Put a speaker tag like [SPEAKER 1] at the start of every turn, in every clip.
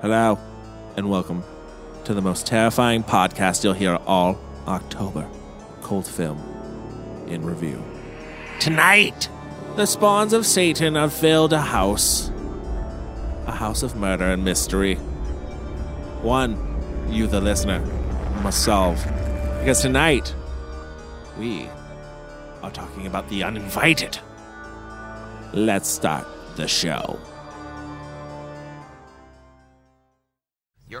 [SPEAKER 1] Hello, and welcome to the most terrifying podcast you'll hear all October Cold Film in Review. Tonight, the spawns of Satan have filled a house. A house of murder and mystery. One, you, the listener, must solve. Because tonight, we are talking about the uninvited. Let's start the show.
[SPEAKER 2] Your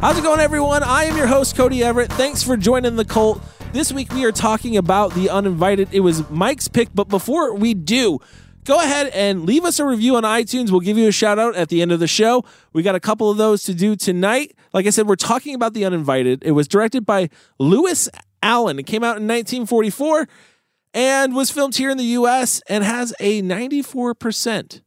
[SPEAKER 1] How's it going, everyone? I am your host, Cody Everett. Thanks for joining the cult. This week we are talking about The Uninvited. It was Mike's pick, but before we do, go ahead and leave us a review on iTunes. We'll give you a shout out at the end of the show. We got a couple of those to do tonight. Like I said, we're talking about The Uninvited. It was directed by Lewis Allen. It came out in 1944 and was filmed here in the US and has a 94%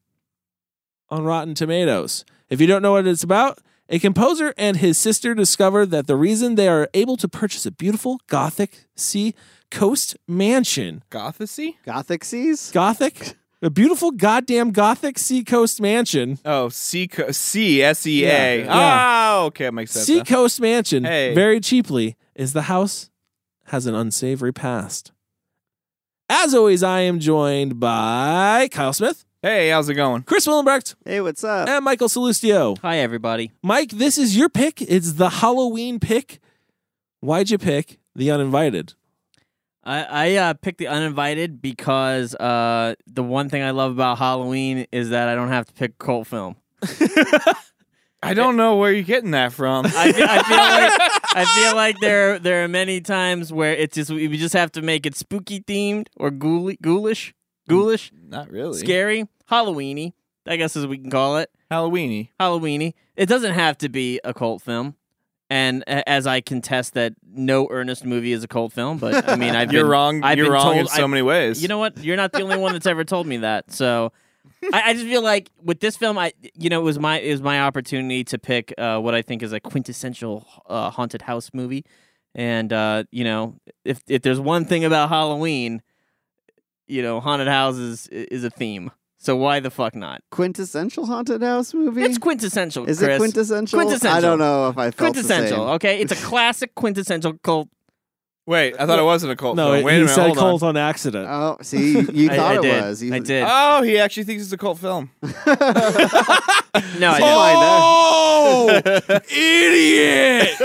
[SPEAKER 1] on Rotten Tomatoes. If you don't know what it's about, a composer and his sister discover that the reason they are able to purchase a beautiful Gothic sea coast mansion,
[SPEAKER 3] Gothicy?
[SPEAKER 4] Gothic seas?
[SPEAKER 1] Gothic, a beautiful goddamn Gothic sea coast mansion,
[SPEAKER 3] Oh, C co- C S E
[SPEAKER 1] Yeah,
[SPEAKER 3] A.
[SPEAKER 1] yeah.
[SPEAKER 3] Oh, okay, it makes sense.
[SPEAKER 1] sea
[SPEAKER 3] now.
[SPEAKER 1] coast mansion,
[SPEAKER 3] Hey.
[SPEAKER 1] very cheaply, is the house has an unsavory past. As always, I am joined by Kyle Smith,
[SPEAKER 3] Hey, how's it going?
[SPEAKER 1] Chris Willenbrecht,
[SPEAKER 4] Hey, what's up?
[SPEAKER 1] and Michael Salustio.
[SPEAKER 5] Hi, everybody.
[SPEAKER 1] Mike, this is your pick. It's the Halloween pick. Why'd you pick The Uninvited?
[SPEAKER 5] I, I uh, picked the uninvited because uh, the one thing I love about Halloween is that I don't have to pick a cult film.
[SPEAKER 3] I don't know where you're getting that from.
[SPEAKER 5] I, fe- I feel like I feel like there there are many times where it's just we just have to make it spooky themed or ghouly, ghoulish, ghoulish,
[SPEAKER 3] Not really.
[SPEAKER 5] scary, Halloweeny. I guess as we can call it
[SPEAKER 3] Halloweeny.
[SPEAKER 5] Halloweeny. It doesn't have to be a cult film. And a- as I contest that no earnest movie is a cult film, but I mean, I've
[SPEAKER 3] You're
[SPEAKER 5] been-
[SPEAKER 3] wrong.
[SPEAKER 5] I've
[SPEAKER 3] you're
[SPEAKER 5] been
[SPEAKER 3] wrong in
[SPEAKER 5] told-
[SPEAKER 3] so
[SPEAKER 5] I-
[SPEAKER 3] many ways.
[SPEAKER 5] You know what? You're not the only one that's ever told me that. So I, I just feel like with this film, I you know it was my it was my opportunity to pick uh, what I think is a quintessential uh, haunted house movie, and uh, you know if if there's one thing about Halloween, you know haunted houses i- is a theme. So why the fuck not?
[SPEAKER 6] quintessential haunted house movie?
[SPEAKER 5] It's quintessential.
[SPEAKER 6] Is
[SPEAKER 5] Chris.
[SPEAKER 6] it quintessential?
[SPEAKER 5] Quintessential.
[SPEAKER 6] I don't know if I felt
[SPEAKER 5] Quintessential. Okay, it's a classic quintessential cult.
[SPEAKER 3] Wait, I thought it wasn't a cult.
[SPEAKER 1] No,
[SPEAKER 3] film.
[SPEAKER 1] it-
[SPEAKER 3] Oh, wait
[SPEAKER 1] he
[SPEAKER 3] a minute.
[SPEAKER 1] said
[SPEAKER 3] hold on.
[SPEAKER 1] cult on accident.
[SPEAKER 6] The
[SPEAKER 5] Uh,
[SPEAKER 6] same. Oh, see, you, you
[SPEAKER 5] I-
[SPEAKER 6] thought
[SPEAKER 5] I,
[SPEAKER 6] it
[SPEAKER 5] did.
[SPEAKER 6] was. You,
[SPEAKER 5] I did.
[SPEAKER 3] Oh, he actually thinks it's a cult film.
[SPEAKER 5] no, I didn't.
[SPEAKER 1] Oh, idiot!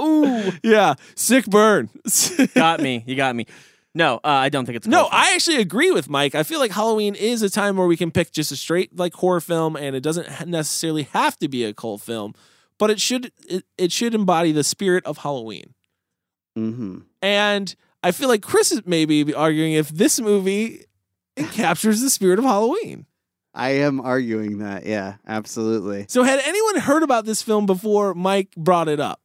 [SPEAKER 1] Ooh, yeah, sick burn.
[SPEAKER 5] got me. You got me. No, uh, I don't think it's. a
[SPEAKER 1] no,
[SPEAKER 5] cult film.
[SPEAKER 1] I actually agree with Mike. I feel like Halloween is a time where we can pick just a straight like horror film, and it doesn't ha- necessarily have to be a cult film, but it should it, it should embody the spirit of Halloween.
[SPEAKER 6] hmm
[SPEAKER 1] And I feel like Chris is maybe arguing if this movie it captures the spirit of Halloween.
[SPEAKER 6] I am arguing that. Yeah, absolutely.
[SPEAKER 1] So had anyone heard about this film before Mike brought it up?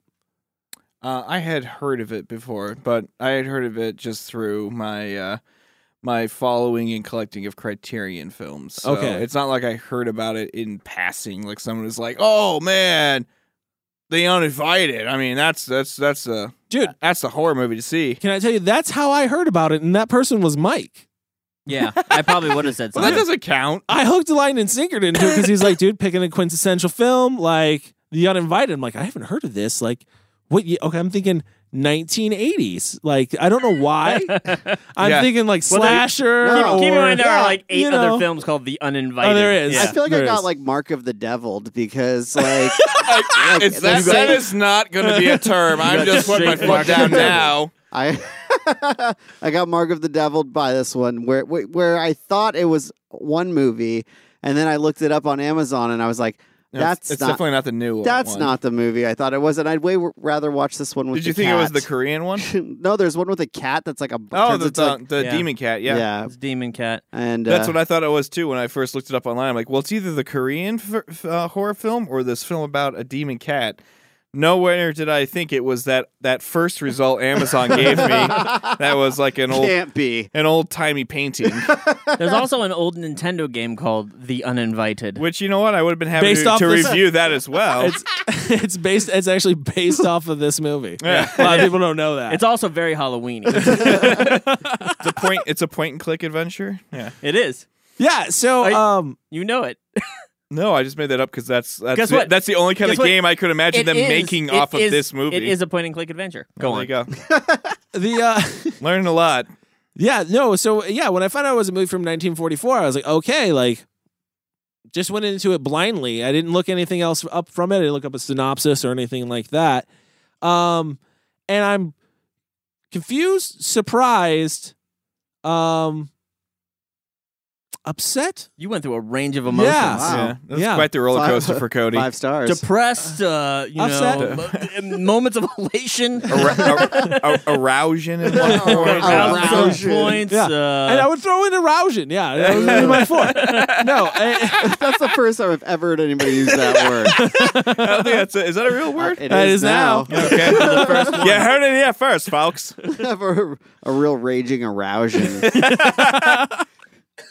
[SPEAKER 3] Uh, I had heard of it before, but I had heard of it just through my uh, my following and collecting of Criterion films. So
[SPEAKER 1] Okay.
[SPEAKER 3] it's not like I heard about it in passing. Like someone was like, "Oh man, the uninvited." I mean, that's that's that's a
[SPEAKER 1] Dude,
[SPEAKER 3] that's a horror movie to see.
[SPEAKER 1] Can I tell you that's how I heard about it, and that person was Mike.
[SPEAKER 5] Yeah, I probably would have said
[SPEAKER 3] Well, that
[SPEAKER 5] something.
[SPEAKER 3] doesn't count.
[SPEAKER 1] I hooked a line and sinkered into it because he's like, dude, picking a quintessential film like The Uninvited. I'm like, I haven't heard of this. Like, what? ye- Okay, I'm thinking 1980s. Like, I don't know why. I'm
[SPEAKER 3] Yeah.
[SPEAKER 1] thinking like
[SPEAKER 5] Well, there-
[SPEAKER 1] slasher.
[SPEAKER 6] Keep-
[SPEAKER 1] or,
[SPEAKER 5] Keep in mind there
[SPEAKER 6] yeah,
[SPEAKER 5] are like eight
[SPEAKER 1] you know.
[SPEAKER 5] other films called The Uninvited.
[SPEAKER 1] Oh, there is.
[SPEAKER 5] Yeah.
[SPEAKER 6] I feel like
[SPEAKER 1] there
[SPEAKER 6] I got
[SPEAKER 1] is.
[SPEAKER 6] like Mark of the Deviled because like, like,
[SPEAKER 3] It's that,
[SPEAKER 6] that's-
[SPEAKER 3] that is not going to be a term. I'm
[SPEAKER 5] got
[SPEAKER 3] just putting my
[SPEAKER 5] straight
[SPEAKER 3] foot down now.
[SPEAKER 6] I I got Mark of the Deviled by this one where where I thought it was one movie, and then I looked it up on Amazon and I was like,
[SPEAKER 3] No, it's-
[SPEAKER 6] That's
[SPEAKER 3] it's
[SPEAKER 6] not-
[SPEAKER 3] definitely not the new one.
[SPEAKER 6] That's not the movie I thought it was, and I'd way rather watch this one with.
[SPEAKER 3] Did you
[SPEAKER 6] the
[SPEAKER 3] think it was the
[SPEAKER 6] cat.
[SPEAKER 3] Korean one?
[SPEAKER 6] no, there's one with a cat that's like a.
[SPEAKER 3] Oh,
[SPEAKER 6] turns
[SPEAKER 3] the
[SPEAKER 6] into,
[SPEAKER 3] the,
[SPEAKER 6] like-
[SPEAKER 3] the
[SPEAKER 5] Yeah.
[SPEAKER 3] demon cat. Yeah.
[SPEAKER 6] yeah.
[SPEAKER 5] It's Demon Cat.
[SPEAKER 6] And
[SPEAKER 3] That's
[SPEAKER 6] uh,
[SPEAKER 3] what I thought it was too when I first looked it up online. I'm like, well, it's either the Korean f- f- uh, horror film or this film about a demon cat. Nowhere did I think it was that that first result Amazon gave me. That was like an old
[SPEAKER 6] can't be.
[SPEAKER 3] an old timey painting,
[SPEAKER 5] There's also an old Nintendo game called The Uninvited.
[SPEAKER 3] which you know what I would have been happy
[SPEAKER 1] Based
[SPEAKER 3] to,
[SPEAKER 1] off
[SPEAKER 3] to
[SPEAKER 1] this-
[SPEAKER 3] review that as well.
[SPEAKER 1] It's it's based. It's actually based off of this movie.
[SPEAKER 3] Yeah.
[SPEAKER 1] A
[SPEAKER 5] Uh,
[SPEAKER 1] lot of people don't know that.
[SPEAKER 5] It's also very Halloweeny.
[SPEAKER 3] It's a point. It's a point and click adventure. Yeah.
[SPEAKER 5] it is.
[SPEAKER 1] yeah. So
[SPEAKER 5] I-
[SPEAKER 1] um,
[SPEAKER 5] You know it.
[SPEAKER 3] No, I just made that up because that's that's
[SPEAKER 5] Guess
[SPEAKER 3] the,
[SPEAKER 5] what?
[SPEAKER 3] that's the only kind of
[SPEAKER 5] Guess what?
[SPEAKER 3] game I could imagine
[SPEAKER 5] It
[SPEAKER 3] them
[SPEAKER 5] is-
[SPEAKER 3] making
[SPEAKER 5] it
[SPEAKER 3] off of
[SPEAKER 5] is-
[SPEAKER 3] this movie.
[SPEAKER 5] It is a point and click adventure.
[SPEAKER 1] Oh
[SPEAKER 5] Go
[SPEAKER 3] There
[SPEAKER 5] on.
[SPEAKER 3] you go.
[SPEAKER 1] the uh,
[SPEAKER 3] Learning a lot.
[SPEAKER 1] yeah no so yeah when I found out it was a movie from 1944, I was like okay like. Just went into it blindly. I didn't look anything else up from it. I didn't look up a synopsis or anything like that. Um, and I'm confused, surprised, um, upset,
[SPEAKER 5] You went through a range of emotions.
[SPEAKER 1] Yeah.
[SPEAKER 6] Wow.
[SPEAKER 3] Yeah, that's
[SPEAKER 1] Yeah.
[SPEAKER 3] quite the roller
[SPEAKER 6] Five-
[SPEAKER 3] coaster for Cody.
[SPEAKER 6] Five stars.
[SPEAKER 5] Depressed, uh, you know,
[SPEAKER 3] Upset.
[SPEAKER 5] mo- uh, moments of elation.
[SPEAKER 3] Ar- ar- ar- arousal in one point.
[SPEAKER 5] Arousal
[SPEAKER 6] Arousal.
[SPEAKER 5] points.
[SPEAKER 1] Oh, Yeah.
[SPEAKER 5] Uh,
[SPEAKER 1] and I would throw in erosion. Yeah, that would be my four. No, I-
[SPEAKER 6] That's the first time I've ever heard anybody use that word.
[SPEAKER 3] I don't think that's a, is that a real word?
[SPEAKER 6] It
[SPEAKER 1] That is now.
[SPEAKER 3] Okay. you heard it here first, folks.
[SPEAKER 6] Never a real raging arousal.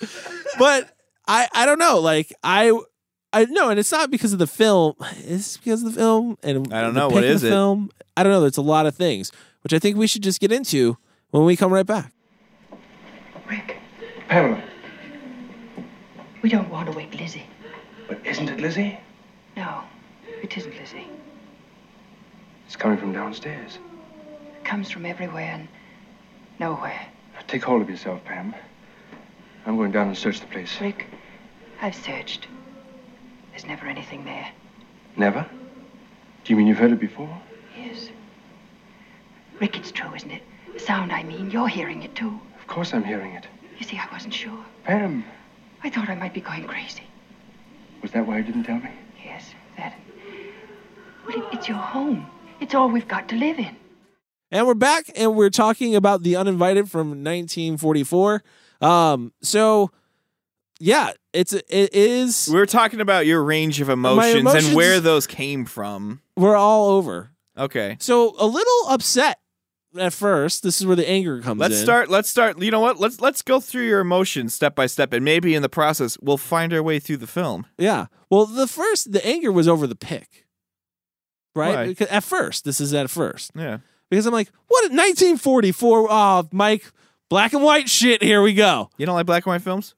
[SPEAKER 1] but I I don't know. Like I I no, and it's not because of the film. It's because of the film, and
[SPEAKER 3] I don't
[SPEAKER 1] the
[SPEAKER 3] know.
[SPEAKER 1] pick
[SPEAKER 3] What
[SPEAKER 1] of
[SPEAKER 3] is
[SPEAKER 1] the
[SPEAKER 3] it?
[SPEAKER 1] Film. I don't know. There's a lot of things which I think we should just get into when we come right back.
[SPEAKER 7] Rick,
[SPEAKER 8] Pamela,
[SPEAKER 7] we don't want to wake Lizzie.
[SPEAKER 8] but isn't it Lizzie?
[SPEAKER 7] No, it isn't Lizzie.
[SPEAKER 8] It's coming from downstairs.
[SPEAKER 7] It comes from everywhere and nowhere.
[SPEAKER 8] Now take hold of yourself, Pam. I'm going down and search the place.
[SPEAKER 7] Rick, I've searched. There's never anything there.
[SPEAKER 8] Never? Do you mean you've heard it before?
[SPEAKER 7] Yes. Rick, it's true, isn't it? The sound, I mean. You're hearing it too.
[SPEAKER 8] Of course I'm hearing it.
[SPEAKER 7] You see, I wasn't sure.
[SPEAKER 8] Pam,
[SPEAKER 7] I thought I might be going crazy.
[SPEAKER 8] was that why you didn't tell me?
[SPEAKER 7] Yes, that. Well, it, it's your home. It's all we've got to live in.
[SPEAKER 1] And we're back, and we're talking about the uninvited from 1944. Um, so yeah, it's it is.
[SPEAKER 3] We were talking about your range of emotions,
[SPEAKER 1] emotions-
[SPEAKER 3] and where those came from.
[SPEAKER 1] we're all over.
[SPEAKER 3] Okay.
[SPEAKER 1] So a little upset at first. This is where the anger comes.
[SPEAKER 3] Let's
[SPEAKER 1] in.
[SPEAKER 3] start. Let's start. You know what? Let's let's go through your emotions step by step, and maybe in the process we'll find our way through the film.
[SPEAKER 1] Yeah. Well, the first the anger was over the pick. Right?
[SPEAKER 3] Why?
[SPEAKER 1] Because at first, this is at first.
[SPEAKER 3] Yeah.
[SPEAKER 1] Because I'm like, what 1944 oh, Mike black and white shit, here we go.
[SPEAKER 3] You don't like black and white films?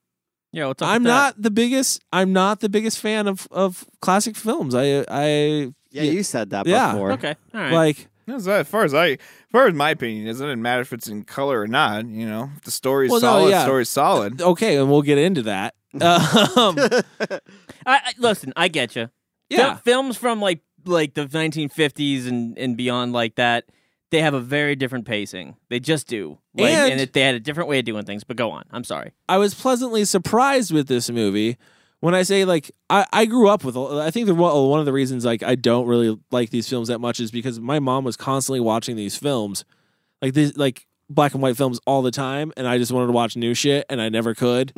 [SPEAKER 5] yeah, what's up
[SPEAKER 1] I'm
[SPEAKER 5] with that?
[SPEAKER 1] not the biggest I'm not the biggest fan of of classic films. I I
[SPEAKER 6] Yeah, you said that
[SPEAKER 1] Yeah.
[SPEAKER 6] before.
[SPEAKER 5] Okay. All right.
[SPEAKER 1] like
[SPEAKER 3] As as far as I, as far as my opinion is, it doesn't matter if it's in color or not. You know, if the story's
[SPEAKER 1] Well, no,
[SPEAKER 3] solid.
[SPEAKER 1] yeah.
[SPEAKER 3] Story's solid.
[SPEAKER 1] okay, and we'll get into that. Um,
[SPEAKER 5] I, I, listen, I get you.
[SPEAKER 1] yeah.
[SPEAKER 5] Fil- films from like like the 1950s and and beyond like that, they have a very different pacing. They just do. Like,
[SPEAKER 1] And-
[SPEAKER 5] and it, they had a different way of doing things. But go on. I'm sorry.
[SPEAKER 1] I was pleasantly surprised with this movie. When I say like I, I grew up with, I think the well, one of the reasons like I don't really like these films that much is because my mom was constantly watching these films, like these like black and white films all the time, and I just wanted to watch new shit and I never could,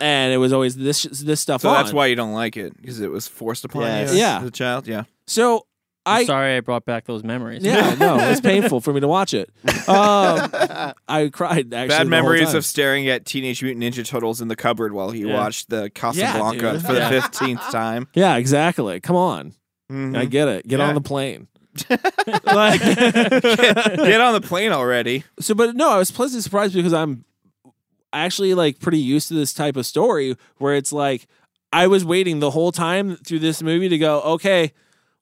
[SPEAKER 1] and it was always this this stuff.
[SPEAKER 3] So that's
[SPEAKER 1] on.
[SPEAKER 3] why you don't like it because it was forced upon
[SPEAKER 6] Yes.
[SPEAKER 3] you as,
[SPEAKER 1] Yeah.
[SPEAKER 3] as a child. Yeah.
[SPEAKER 1] So
[SPEAKER 5] I'm
[SPEAKER 1] I
[SPEAKER 5] sorry I brought back those memories.
[SPEAKER 1] yeah no, it's painful for me to watch it. Um, I cried actually.
[SPEAKER 3] Bad
[SPEAKER 1] the whole
[SPEAKER 3] memories
[SPEAKER 1] time.
[SPEAKER 3] of staring at Teenage Mutant Ninja Turtles in the cupboard while he
[SPEAKER 5] Yeah.
[SPEAKER 3] watched the Casablanca
[SPEAKER 1] dude.
[SPEAKER 3] for
[SPEAKER 1] Yeah.
[SPEAKER 3] the fifteenth time.
[SPEAKER 1] yeah exactly. Come on, I
[SPEAKER 3] Mhm.
[SPEAKER 1] get it. Get
[SPEAKER 3] Yeah.
[SPEAKER 1] on the plane. like,
[SPEAKER 3] Get on the plane already.
[SPEAKER 1] so but no i was pleasantly surprised because i'm actually like pretty used to this type of story where it's like i was waiting the whole time through this movie to go okay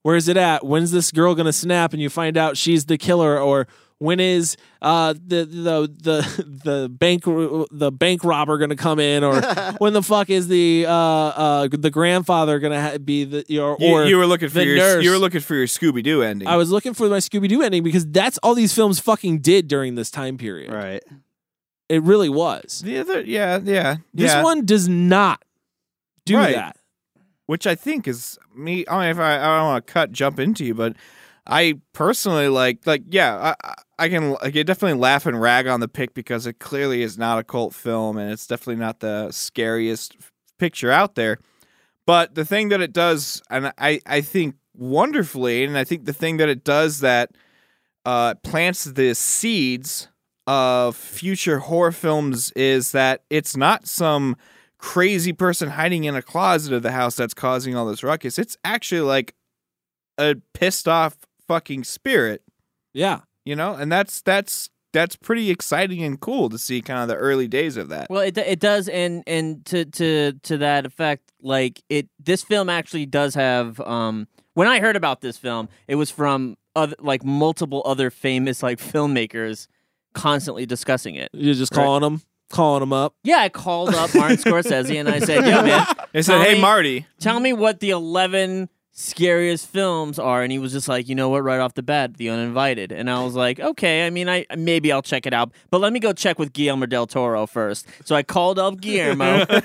[SPEAKER 1] where's it at when's this girl gonna snap and you find out she's the killer or when is uh the the the the bank the bank robber gonna come in or when the fuck is the uh uh the grandfather gonna ha- be the your
[SPEAKER 3] You,
[SPEAKER 1] or
[SPEAKER 3] you were looking for
[SPEAKER 1] the
[SPEAKER 3] your
[SPEAKER 1] nurse.
[SPEAKER 3] you were looking for your Scooby Doo ending.
[SPEAKER 1] I was looking for my Scooby Doo ending because that's all these films fucking did during this time period.
[SPEAKER 6] Right.
[SPEAKER 1] It really was.
[SPEAKER 3] the other, yeah, yeah,
[SPEAKER 1] This
[SPEAKER 3] yeah.
[SPEAKER 1] one does not do
[SPEAKER 3] Right.
[SPEAKER 1] that.
[SPEAKER 3] which I think is me. I mean, if I, I don't want to cut jump into you, but I personally like like yeah, I- I, I can I can definitely laugh and rag on the pick because it clearly is not a cult film and it's definitely not the scariest picture out there. But the thing that it does, and I I think wonderfully, and I think the thing that it does that uh, plants the seeds of future horror films is that it's not some crazy person hiding in a closet of the house that's causing all this ruckus. It's actually like a pissed off fucking spirit,
[SPEAKER 1] Yeah.
[SPEAKER 3] you know? And that's that's that's pretty exciting and cool to see kind of the early days of that.
[SPEAKER 5] Well, it, it does, and and to to to that effect, like it. This film actually does have. Um, when I heard about this film, it was from other, like multiple other famous like filmmakers constantly discussing it.
[SPEAKER 1] You're just calling them, calling them up.
[SPEAKER 5] Yeah, I called up Martin Scorsese and I said, "Yo, man,
[SPEAKER 3] They said,
[SPEAKER 5] Tommy-
[SPEAKER 3] "Hey Marty,
[SPEAKER 5] tell me what the 11 scariest films are and he was just like you know what right off the bat the uninvited and i was like okay i mean i maybe i'll check it out but let me go check with guillermo del toro first so i called up guillermo all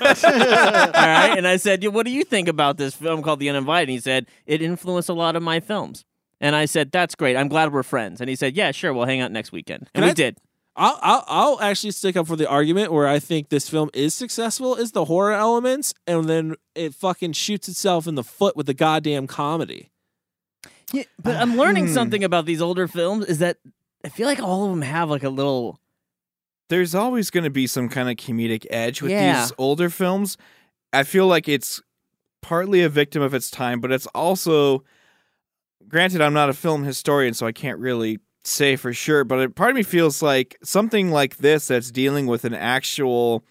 [SPEAKER 5] right and i said "Yeah, what do you think about this film called the uninvited and he said it influenced a lot of my films and i said that's great i'm glad we're friends and he said yeah sure we'll hang out next weekend and
[SPEAKER 1] Can
[SPEAKER 5] we
[SPEAKER 1] I-
[SPEAKER 5] did
[SPEAKER 1] I'll, I'll I'll actually stick up for the argument where I think this film is successful is the horror elements, and then it fucking shoots itself in the foot with the goddamn comedy.
[SPEAKER 5] Yeah, but I'm learning
[SPEAKER 1] Hmm.
[SPEAKER 5] something about these older films is that I feel like all of them have like a little
[SPEAKER 3] there's always going to be some kind of comedic edge with
[SPEAKER 5] Yeah.
[SPEAKER 3] these older films. I feel like it's partly a victim of its time, but it's also granted I'm not a film historian so I can't really say for sure, but it, part of me feels like something like this that's dealing with an actual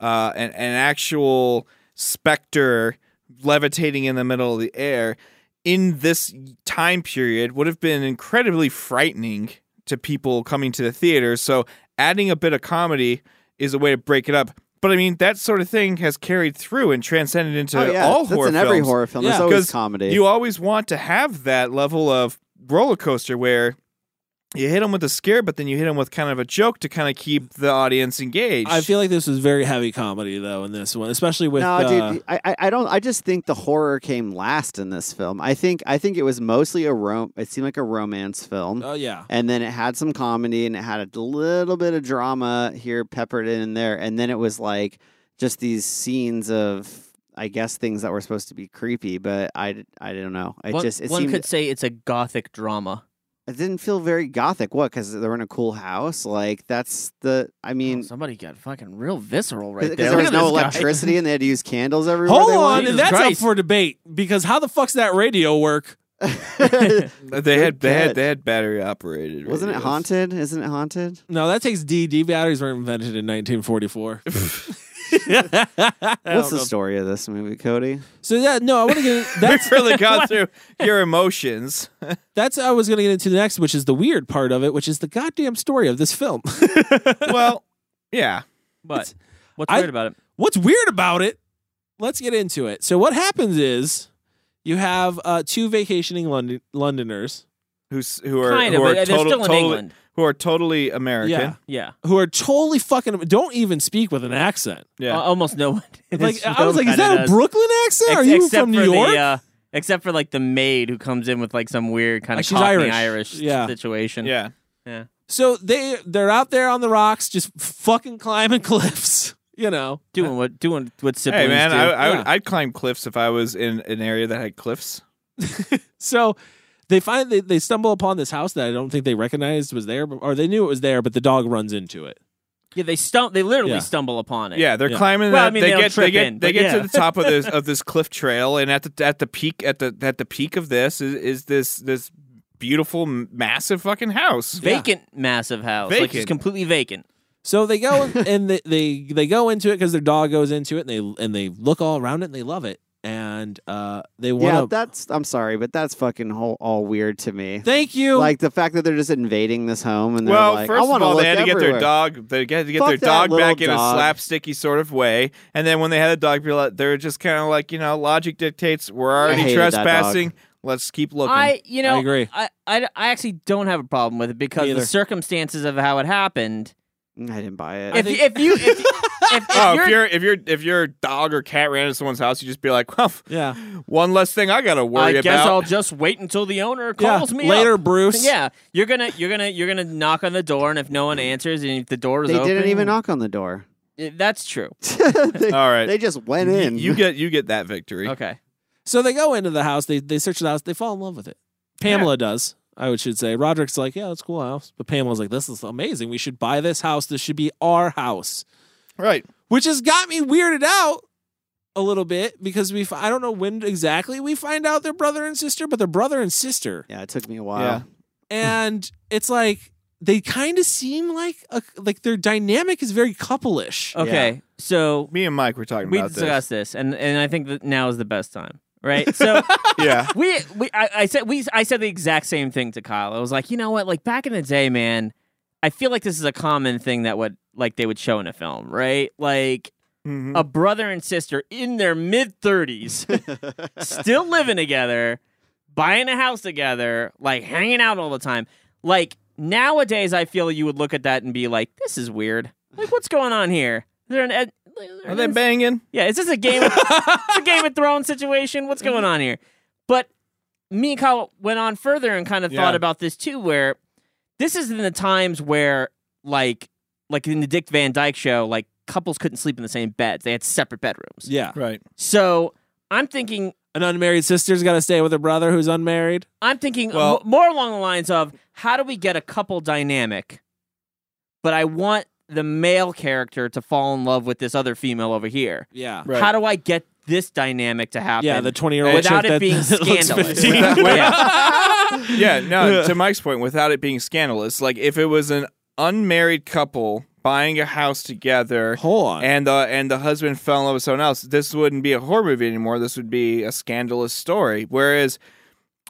[SPEAKER 3] uh an, an actual specter levitating in the middle of the air in this time period would have been incredibly frightening to people coming to the theater. So adding a bit of comedy is a way to break it up. But I mean, that sort of thing has carried through and transcended into
[SPEAKER 6] oh, yeah.
[SPEAKER 3] all
[SPEAKER 6] That's
[SPEAKER 3] horror
[SPEAKER 6] in every
[SPEAKER 3] films.
[SPEAKER 6] horror film.
[SPEAKER 1] Yeah.
[SPEAKER 6] It's always
[SPEAKER 3] Because
[SPEAKER 6] comedy.
[SPEAKER 3] You always want to have that level of roller coaster where you hit them with a scare, but then you hit them with kind of a joke to kind of keep the audience engaged.
[SPEAKER 1] I feel like this was very heavy comedy though in this one, especially with
[SPEAKER 6] no,
[SPEAKER 1] uh,
[SPEAKER 6] dude, I, I- I don't. I just think the horror came last in this film. I think I think it was mostly a rom. It seemed like a romance film,
[SPEAKER 1] oh yeah,
[SPEAKER 6] and then it had some comedy and it had a little bit of drama here peppered in and there, and then it was like just these scenes of. I guess things that were supposed to be creepy, but I, I don't know. It
[SPEAKER 5] one,
[SPEAKER 6] just it
[SPEAKER 5] one
[SPEAKER 6] seemed
[SPEAKER 5] could say it's a gothic drama.
[SPEAKER 6] it didn't feel very gothic. What? Because they're in a cool house. Like that's the. I
[SPEAKER 5] Oh,
[SPEAKER 6] mean,
[SPEAKER 5] somebody got fucking real visceral right
[SPEAKER 6] because
[SPEAKER 5] there.
[SPEAKER 6] there
[SPEAKER 5] Look
[SPEAKER 6] was
[SPEAKER 5] at
[SPEAKER 6] no
[SPEAKER 5] this guy.
[SPEAKER 6] electricity and they had to use candles everywhere.
[SPEAKER 1] hold
[SPEAKER 6] they
[SPEAKER 1] on,
[SPEAKER 6] went.
[SPEAKER 1] and
[SPEAKER 5] Jesus
[SPEAKER 1] that's
[SPEAKER 5] Christ.
[SPEAKER 1] up for debate because how the fuck's that radio work?
[SPEAKER 3] they had they
[SPEAKER 6] catch.
[SPEAKER 3] had they had battery operated.
[SPEAKER 6] Wasn't it
[SPEAKER 3] radios.
[SPEAKER 6] haunted? Isn't it haunted?
[SPEAKER 1] No, that takes DD batteries were invented in 1944. I
[SPEAKER 6] What's
[SPEAKER 1] don't
[SPEAKER 6] the
[SPEAKER 1] know.
[SPEAKER 6] story of this movie, Cody?
[SPEAKER 1] So yeah, no, I want to get that's
[SPEAKER 3] We've really gone through your emotions.
[SPEAKER 1] that's I was going to get into the next, which is the weird part of it, which is the goddamn story of this film.
[SPEAKER 3] well, yeah.
[SPEAKER 5] But what's
[SPEAKER 1] I-
[SPEAKER 5] weird about it?
[SPEAKER 1] What's weird about it? Let's get into it. So what happens is you have uh, two vacationing London- Londoners
[SPEAKER 3] Who's who are
[SPEAKER 5] kind
[SPEAKER 3] who
[SPEAKER 5] of,
[SPEAKER 3] are
[SPEAKER 5] but they're
[SPEAKER 3] total-
[SPEAKER 5] still in
[SPEAKER 3] totally,
[SPEAKER 5] England.
[SPEAKER 3] who are totally American.
[SPEAKER 1] Yeah.
[SPEAKER 5] Yeah,
[SPEAKER 1] who are totally fucking don't even speak with an accent.
[SPEAKER 3] Yeah.
[SPEAKER 5] Al- almost no one. in
[SPEAKER 1] Like
[SPEAKER 5] this
[SPEAKER 1] I was
[SPEAKER 5] film
[SPEAKER 1] like, is
[SPEAKER 5] kinda
[SPEAKER 1] that a
[SPEAKER 5] does.
[SPEAKER 1] Brooklyn accent?
[SPEAKER 5] Ex-
[SPEAKER 1] are you
[SPEAKER 5] except
[SPEAKER 1] from New
[SPEAKER 5] for
[SPEAKER 1] York?
[SPEAKER 5] The, uh, except for like the maid who comes in with like some weird kind
[SPEAKER 1] Like,
[SPEAKER 5] of
[SPEAKER 1] she's
[SPEAKER 5] Cockney
[SPEAKER 1] Irish. Yeah.
[SPEAKER 5] situation.
[SPEAKER 3] yeah.
[SPEAKER 1] so they they're out there on the rocks, just fucking climbing cliffs. You know,
[SPEAKER 5] doing what doing what siblings
[SPEAKER 3] Hey man,
[SPEAKER 5] do.
[SPEAKER 3] I, I would,
[SPEAKER 1] Yeah.
[SPEAKER 3] I'd climb cliffs if I was in an area that had cliffs.
[SPEAKER 1] So they find they, they stumble upon this house that I don't think they recognized was there, or they knew it was there, but the dog runs into it.
[SPEAKER 5] yeah, they stumble. They literally
[SPEAKER 1] Yeah.
[SPEAKER 5] stumble upon it.
[SPEAKER 3] Yeah, they're
[SPEAKER 1] Yeah.
[SPEAKER 3] climbing.
[SPEAKER 5] Well,
[SPEAKER 3] that-
[SPEAKER 5] I mean,
[SPEAKER 3] they
[SPEAKER 5] they'll
[SPEAKER 3] get they
[SPEAKER 5] trip
[SPEAKER 3] get
[SPEAKER 5] in,
[SPEAKER 3] they
[SPEAKER 5] but
[SPEAKER 3] get
[SPEAKER 5] yeah.
[SPEAKER 3] to the top of this of this cliff trail, and at the at the peak at the at the peak of this is, is this this beautiful massive fucking house.
[SPEAKER 5] vacant massive house, like
[SPEAKER 3] Vacant.
[SPEAKER 5] just completely vacant.
[SPEAKER 1] So they go and they, they they go into it because their dog goes into it, and they and they look all around it and they love it, and uh, they want
[SPEAKER 6] yeah,
[SPEAKER 1] to
[SPEAKER 6] that's. I'm sorry, but that's fucking whole, all weird to me.
[SPEAKER 1] thank you.
[SPEAKER 6] Like the fact that they're just invading this home and they're
[SPEAKER 3] Well,
[SPEAKER 6] like,
[SPEAKER 3] first
[SPEAKER 6] I
[SPEAKER 3] of
[SPEAKER 6] want
[SPEAKER 3] all,
[SPEAKER 6] look
[SPEAKER 3] they had to get
[SPEAKER 6] everywhere.
[SPEAKER 3] their dog. They had to get
[SPEAKER 6] Fuck
[SPEAKER 3] their
[SPEAKER 6] that
[SPEAKER 3] dog
[SPEAKER 6] little
[SPEAKER 3] back in a
[SPEAKER 6] dog.
[SPEAKER 3] slapsticky sort of way, and then when they had the dog, people, they're just kind of like, you know, logic dictates we're already
[SPEAKER 6] hated that dog.
[SPEAKER 3] trespassing. Let's keep looking.
[SPEAKER 5] I, you know,
[SPEAKER 1] I agree.
[SPEAKER 5] I, I, I actually don't have a problem with it because
[SPEAKER 1] Me
[SPEAKER 5] the
[SPEAKER 1] either.
[SPEAKER 5] circumstances of how it happened
[SPEAKER 6] I didn't buy it.
[SPEAKER 1] I
[SPEAKER 5] If,
[SPEAKER 1] think-
[SPEAKER 5] if you if, if, if
[SPEAKER 3] Oh,
[SPEAKER 5] you're,
[SPEAKER 3] if your if your if your dog or cat ran into someone's house, you just be like, "Well,
[SPEAKER 1] Yeah.
[SPEAKER 3] one less thing I gotta
[SPEAKER 5] I
[SPEAKER 3] worry
[SPEAKER 5] guess
[SPEAKER 3] about."
[SPEAKER 5] I'll just wait until the owner
[SPEAKER 1] Yeah,
[SPEAKER 5] calls me
[SPEAKER 1] later,
[SPEAKER 5] up.
[SPEAKER 1] Bruce.
[SPEAKER 5] Yeah, you're gonna you're gonna you're gonna knock on the door, and if no one answers, and if the door is
[SPEAKER 6] they
[SPEAKER 5] open,
[SPEAKER 6] didn't even knock on the door.
[SPEAKER 5] Eh, That's true.
[SPEAKER 6] they,
[SPEAKER 3] All right.
[SPEAKER 6] They just went
[SPEAKER 3] You-
[SPEAKER 6] in.
[SPEAKER 3] You, get you get that victory.
[SPEAKER 5] Okay.
[SPEAKER 1] So they go into the house, they they search the house, they fall in love with it. Pamela does, I would should say. Roderick's like, yeah, it's a cool house. But Pamela's like, this is amazing. We should buy this house. This should be our house.
[SPEAKER 3] Right.
[SPEAKER 1] Which has got me weirded out a little bit because we f- I don't know when exactly we find out they're brother and sister, but they're brother and sister.
[SPEAKER 6] yeah, it took me a while.
[SPEAKER 3] Yeah.
[SPEAKER 1] And it's like they kind of seem like a, like their dynamic is very
[SPEAKER 3] Oh,
[SPEAKER 1] couplish.
[SPEAKER 5] Okay. So
[SPEAKER 3] Me and Mike were talking
[SPEAKER 5] we
[SPEAKER 3] about
[SPEAKER 5] discussed this. and and I think that now is the best time, right? So
[SPEAKER 3] this. Yeah.
[SPEAKER 5] we we I, I said we I said the exact same thing to Kyle. I was like, you know what? Like back in the day, man, I feel like this is a common thing that would like they would show in a film, right? Like
[SPEAKER 3] Mhm.
[SPEAKER 5] a brother and sister in their mid 30s, still living together, buying a house together, like hanging out all the time. Like nowadays, I feel you would look at that and be like, this is weird. Like, what's going on here? They're an. Ed-
[SPEAKER 6] Oh,
[SPEAKER 5] they're
[SPEAKER 3] Are
[SPEAKER 5] an
[SPEAKER 3] they banging?
[SPEAKER 5] yeah, is this a game? it's a Game of Thrones situation. What's going on here? But me and Kyle went on further and kind of
[SPEAKER 3] Yeah.
[SPEAKER 5] thought about this too, where this is in the times where, like, like in the Dick Van Dyke Show, like couples couldn't sleep in the same beds; they had separate bedrooms.
[SPEAKER 1] Yeah.
[SPEAKER 3] Right.
[SPEAKER 5] So I'm thinking,
[SPEAKER 1] An unmarried sister's got to stay with her brother who's unmarried.
[SPEAKER 5] I'm thinking
[SPEAKER 3] Well-
[SPEAKER 5] mo- more along the lines of how do we get a couple dynamic, but I want the male character to fall in love with this other female over here.
[SPEAKER 1] Yeah.
[SPEAKER 3] Right.
[SPEAKER 5] How do I get this dynamic to happen?
[SPEAKER 1] Yeah, the 20 year old
[SPEAKER 5] Without
[SPEAKER 1] chick
[SPEAKER 5] it
[SPEAKER 1] that,
[SPEAKER 5] being
[SPEAKER 1] that looks
[SPEAKER 5] scandalous.
[SPEAKER 1] 15.
[SPEAKER 3] Without- without-
[SPEAKER 1] Yeah.
[SPEAKER 3] Yeah. No. to Mike's point, without it being scandalous, like if it was an unmarried couple buying a house together.
[SPEAKER 1] Hold on.
[SPEAKER 3] and the and the husband fell in love with someone else. This wouldn't be a horror movie anymore. This would be a scandalous story. Whereas,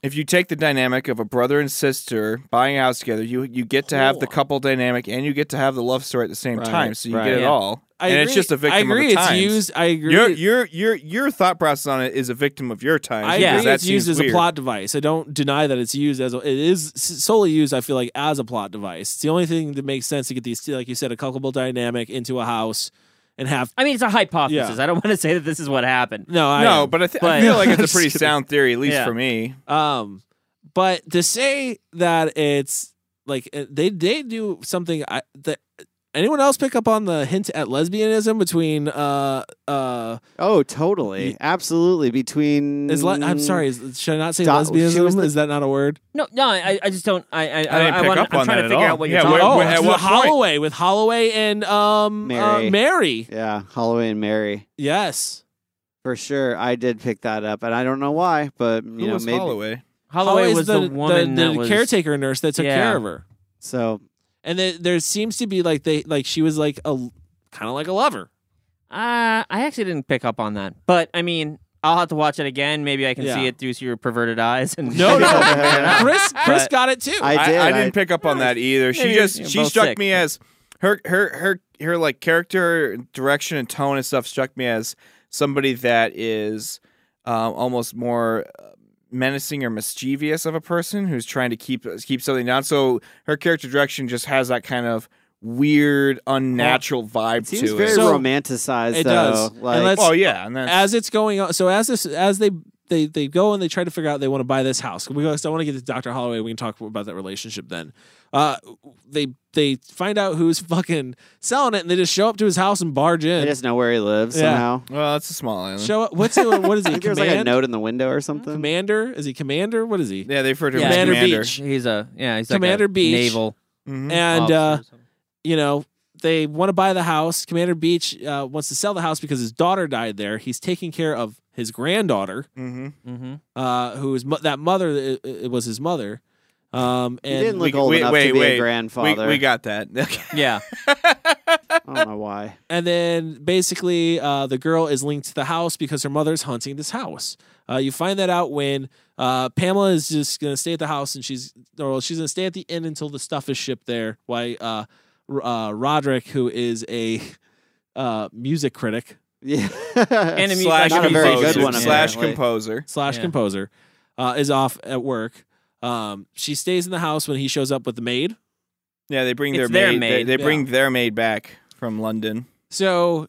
[SPEAKER 3] if you take the dynamic of a brother and sister buying a house together, you you get to have the couple dynamic and you get to have the love story at the same
[SPEAKER 1] Right,
[SPEAKER 3] time. So you
[SPEAKER 6] right.
[SPEAKER 3] get it
[SPEAKER 5] Yeah.
[SPEAKER 3] all,
[SPEAKER 1] I
[SPEAKER 3] and it's
[SPEAKER 1] agree-
[SPEAKER 3] just a victim
[SPEAKER 1] I agree
[SPEAKER 3] of the
[SPEAKER 1] it's
[SPEAKER 3] times.
[SPEAKER 1] used. I agree.
[SPEAKER 3] Your your your your thought process on it is a victim of your time.
[SPEAKER 1] I
[SPEAKER 5] Yeah.
[SPEAKER 1] agree
[SPEAKER 3] that
[SPEAKER 1] it's used
[SPEAKER 3] seems
[SPEAKER 1] as a
[SPEAKER 3] weird.
[SPEAKER 1] plot device. I don't deny that it's used as a, it is solely used. I feel like as a plot device. It's the only thing that makes sense to get these, like you said, a couplable dynamic into a house and have
[SPEAKER 5] I mean, it's a hypothesis.
[SPEAKER 1] Yeah.
[SPEAKER 5] I don't want to say that this is what happened.
[SPEAKER 1] no. I
[SPEAKER 3] No, but I, th- I
[SPEAKER 5] But-
[SPEAKER 3] feel like it's a
[SPEAKER 1] Just
[SPEAKER 3] pretty
[SPEAKER 1] kidding.
[SPEAKER 3] sound theory, at least
[SPEAKER 5] Yeah.
[SPEAKER 3] for me.
[SPEAKER 1] Um, but to say that it's like uh, they they do something I that anyone else pick up on the hint at lesbianism between uh uh
[SPEAKER 6] Oh, totally. Absolutely. Between.
[SPEAKER 1] is le- I'm sorry is, should I not say
[SPEAKER 6] Dot- Mm. she was
[SPEAKER 1] lesbianism
[SPEAKER 6] the-
[SPEAKER 1] is that not a word
[SPEAKER 5] No, no, I, I just don't. I, I, I,
[SPEAKER 3] didn't pick
[SPEAKER 5] wanna-
[SPEAKER 3] up
[SPEAKER 5] I'm
[SPEAKER 3] on
[SPEAKER 5] trying
[SPEAKER 3] that
[SPEAKER 5] to
[SPEAKER 3] at
[SPEAKER 5] figure
[SPEAKER 3] all.
[SPEAKER 5] out what you're
[SPEAKER 3] Yeah,
[SPEAKER 5] talking
[SPEAKER 3] where-
[SPEAKER 5] about.
[SPEAKER 1] oh
[SPEAKER 3] where- at
[SPEAKER 1] the
[SPEAKER 3] what point?
[SPEAKER 1] Holloway with Holloway and um Mary. Uh,
[SPEAKER 6] Mary.
[SPEAKER 1] Mary
[SPEAKER 6] Yeah, Holloway and Mary.
[SPEAKER 1] yes
[SPEAKER 6] For sure. I did pick that up, and I don't know why, but you
[SPEAKER 3] Who
[SPEAKER 6] know,
[SPEAKER 3] was
[SPEAKER 6] maybe.
[SPEAKER 3] Holloway?
[SPEAKER 5] Holloway was the, woman
[SPEAKER 1] the,
[SPEAKER 5] that was
[SPEAKER 1] caretaker nurse that took
[SPEAKER 5] Yeah.
[SPEAKER 1] care of her
[SPEAKER 6] So
[SPEAKER 1] and there there seems to be like they like she was like a kind of like a lover
[SPEAKER 5] Uh, I actually didn't pick up on that, but I mean, I'll have to watch it again. Maybe I can
[SPEAKER 1] Yeah.
[SPEAKER 5] see it through your perverted eyes. And
[SPEAKER 1] no no Chris Chris
[SPEAKER 5] But-
[SPEAKER 1] got it too
[SPEAKER 6] I did.
[SPEAKER 3] I, didn't pick up on that either. She
[SPEAKER 5] maybe
[SPEAKER 3] just
[SPEAKER 5] you're
[SPEAKER 3] she
[SPEAKER 5] both
[SPEAKER 3] struck
[SPEAKER 5] sick,
[SPEAKER 3] me
[SPEAKER 5] but-
[SPEAKER 3] as her her her her like character direction and tone and stuff struck me as somebody that is um, almost more uh, menacing or mischievous of a person who's trying to keep keep something down. So her character direction just has that kind of weird, unnatural vibe
[SPEAKER 6] Seems
[SPEAKER 3] to
[SPEAKER 6] very
[SPEAKER 3] it.
[SPEAKER 1] So-
[SPEAKER 6] romanticized,
[SPEAKER 1] It
[SPEAKER 6] though.
[SPEAKER 1] does. And
[SPEAKER 6] Like,
[SPEAKER 1] let's-
[SPEAKER 3] oh yeah, and that's
[SPEAKER 1] as it's going on so as this as they they they go and they try to figure out they want to buy this house we go, so i want to get to dr holloway we can talk about that relationship then uh they they find out who's fucking selling it and they just show up to his house and barge
[SPEAKER 6] I
[SPEAKER 1] in
[SPEAKER 6] just know where he lives
[SPEAKER 1] Yeah.
[SPEAKER 6] somehow.
[SPEAKER 3] well, it's a small island.
[SPEAKER 1] show up what's it, what is
[SPEAKER 6] I
[SPEAKER 1] he
[SPEAKER 6] think there's like a
[SPEAKER 1] command?
[SPEAKER 6] note Mm-hmm. in the window or something.
[SPEAKER 1] commander is he commander what is he
[SPEAKER 3] yeah, they refer to him
[SPEAKER 5] Yeah.
[SPEAKER 3] as
[SPEAKER 1] commander,
[SPEAKER 3] commander.
[SPEAKER 1] beach
[SPEAKER 5] he's a yeah, he's
[SPEAKER 1] Commander
[SPEAKER 5] like a
[SPEAKER 1] Beach.
[SPEAKER 5] naval
[SPEAKER 3] Mhm.
[SPEAKER 1] and
[SPEAKER 5] officer or
[SPEAKER 6] Oh,
[SPEAKER 1] uh
[SPEAKER 5] something.
[SPEAKER 1] you know they want to buy the house commander beach uh, wants to sell the house because his daughter died there he's taking care of his granddaughter
[SPEAKER 3] Mhm.
[SPEAKER 5] Mhm.
[SPEAKER 1] uh, who is mo- that mother? It, it was his mother. Um,
[SPEAKER 6] He
[SPEAKER 1] and
[SPEAKER 6] didn't
[SPEAKER 3] We-
[SPEAKER 6] look old
[SPEAKER 3] wait,
[SPEAKER 6] enough
[SPEAKER 3] wait,
[SPEAKER 6] to be
[SPEAKER 3] wait. We-
[SPEAKER 6] a grandfather.
[SPEAKER 3] We, we got that.
[SPEAKER 5] Yeah,
[SPEAKER 6] I don't know why.
[SPEAKER 1] and then basically, uh, the girl is linked to the house because her mother's haunting this house. Uh, you find that out when uh, Pamela is just gonna stay at the house, and she's or well, she's gonna stay at the inn until the stuff is shipped there. Why, uh, R- uh, Roderick, who is a uh, music critic
[SPEAKER 6] Yeah.
[SPEAKER 5] And a mu-
[SPEAKER 3] slash
[SPEAKER 5] Not a very
[SPEAKER 3] composer,
[SPEAKER 6] good one,
[SPEAKER 3] slash
[SPEAKER 6] apparently.
[SPEAKER 3] composer.
[SPEAKER 1] slash
[SPEAKER 5] Yeah.
[SPEAKER 1] composer, uh, is off at work. Um, she stays in the house when he shows up with the maid.
[SPEAKER 3] Yeah, they bring
[SPEAKER 5] It's
[SPEAKER 3] their
[SPEAKER 5] their
[SPEAKER 3] maid.
[SPEAKER 5] maid,
[SPEAKER 3] They, they
[SPEAKER 1] yeah.
[SPEAKER 3] bring their maid back from London.
[SPEAKER 1] So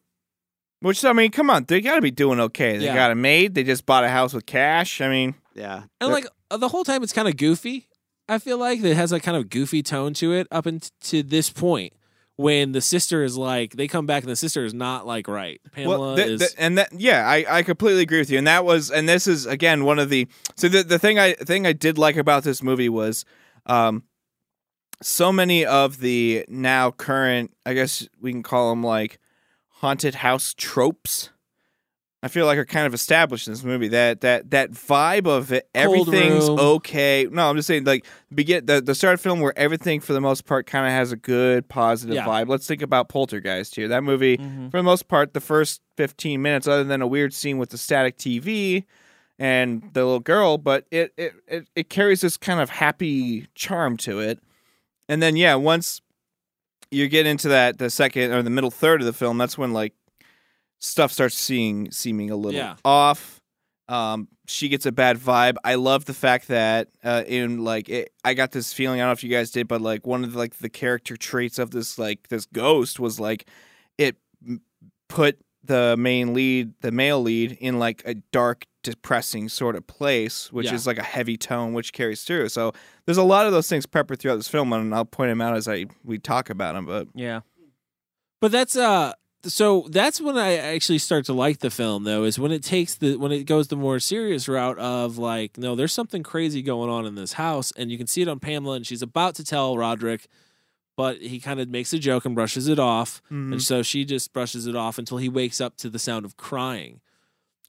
[SPEAKER 3] Which I mean, come on, they got to be doing okay. They
[SPEAKER 1] Yeah.
[SPEAKER 3] got a maid. They just bought a house with cash. I mean,
[SPEAKER 6] Yeah.
[SPEAKER 1] and like uh, the whole time it's kind of goofy. I feel like it has a kind of goofy tone to it up until to this point when the sister is like they come back and the sister is not like right. Pamela
[SPEAKER 3] well, th-
[SPEAKER 1] is
[SPEAKER 3] th- and that yeah, I, I completely agree with you. And that was and this is again one of the so the the thing I thing I did like about this movie was, um, so many of the now current I guess we can call them like haunted house tropes. I feel like are kind of established in this movie. That that that vibe of it,
[SPEAKER 1] Cold
[SPEAKER 3] everything's
[SPEAKER 1] room.
[SPEAKER 3] okay. No, I'm just saying like begin the the start of the film where everything for the most part kind of has a good positive
[SPEAKER 1] Yeah. Mm.
[SPEAKER 3] vibe. Let's think about Poltergeist here. That movie
[SPEAKER 5] Mm-hmm.
[SPEAKER 3] for the most part the first 15 minutes other than a weird scene with the static TV and the little girl, but it it it, it carries this kind of happy charm to it. And then yeah, once you get into that the second or the middle third of the film, that's when like stuff starts seeing seeming a little
[SPEAKER 1] Yeah.
[SPEAKER 3] off. Um, she gets a bad vibe. I love the fact that uh, in like it, I got this feeling. I don't know if you guys did, but like one of the, like the character traits of this like this ghost was like it m- put the main lead, the male lead, in like a dark, depressing sort of place, which
[SPEAKER 1] Yeah.
[SPEAKER 3] is like a heavy tone, which carries through. So there's a lot of those things peppered throughout this film, and I'll point them out as I we talk about them. But
[SPEAKER 5] Yeah.
[SPEAKER 1] But that's uh so that's when I actually start to like the film though is when it takes the when it goes the more serious route of like no there's something crazy going on in this house and you can see it on Pamela and she's about to tell Roderick but he kind of makes a joke and brushes it off and so she just brushes it off until he wakes up to the sound of crying.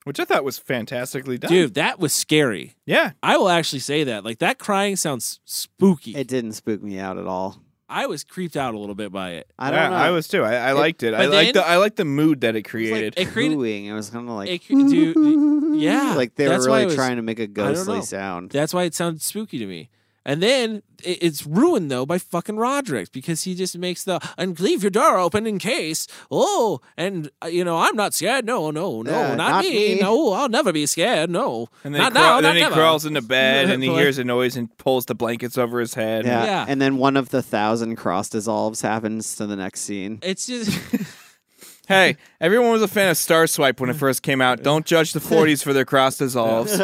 [SPEAKER 3] which I thought was fantastically done.
[SPEAKER 1] Dude, that was scary.
[SPEAKER 3] Yeah,
[SPEAKER 1] I will actually say that. Like that crying sounds spooky.
[SPEAKER 6] It didn't spook me out at all.
[SPEAKER 1] I was creeped out a little bit by it.
[SPEAKER 6] I
[SPEAKER 3] yeah,
[SPEAKER 6] don't know.
[SPEAKER 3] I was too. I, I liked it. I
[SPEAKER 1] but
[SPEAKER 3] liked
[SPEAKER 1] then-
[SPEAKER 3] the I liked the mood that it created.
[SPEAKER 1] It created
[SPEAKER 6] cooing. It was kind of like,
[SPEAKER 1] it, dude, yeah.
[SPEAKER 6] like they were
[SPEAKER 1] that's why
[SPEAKER 6] really
[SPEAKER 1] it was-
[SPEAKER 6] trying to make a
[SPEAKER 1] don't know.
[SPEAKER 6] ghostly sound.
[SPEAKER 1] That's why it sounds spooky to me. And then it, it's ruined though by fucking Roderick because he just makes the and leave your door open in case. Oh, and uh, you know I'm not scared. No, no, no,
[SPEAKER 6] Yeah,
[SPEAKER 1] not,
[SPEAKER 6] not
[SPEAKER 1] me.
[SPEAKER 6] me.
[SPEAKER 1] No, I'll never be scared. No,
[SPEAKER 3] and then,
[SPEAKER 1] not
[SPEAKER 3] he, crawl-
[SPEAKER 1] now.
[SPEAKER 3] then
[SPEAKER 1] Not
[SPEAKER 3] he
[SPEAKER 1] never.
[SPEAKER 3] crawls into bed and he
[SPEAKER 1] Like-
[SPEAKER 3] hears a noise and pulls the blankets over his head.
[SPEAKER 6] yeah.
[SPEAKER 1] Yeah.
[SPEAKER 6] And then one of the thousand cross dissolves happens to the next scene.
[SPEAKER 1] It's just
[SPEAKER 3] Hey, everyone was a fan of Star Swipe when it first came out. Don't judge the 40s for their cross dissolves.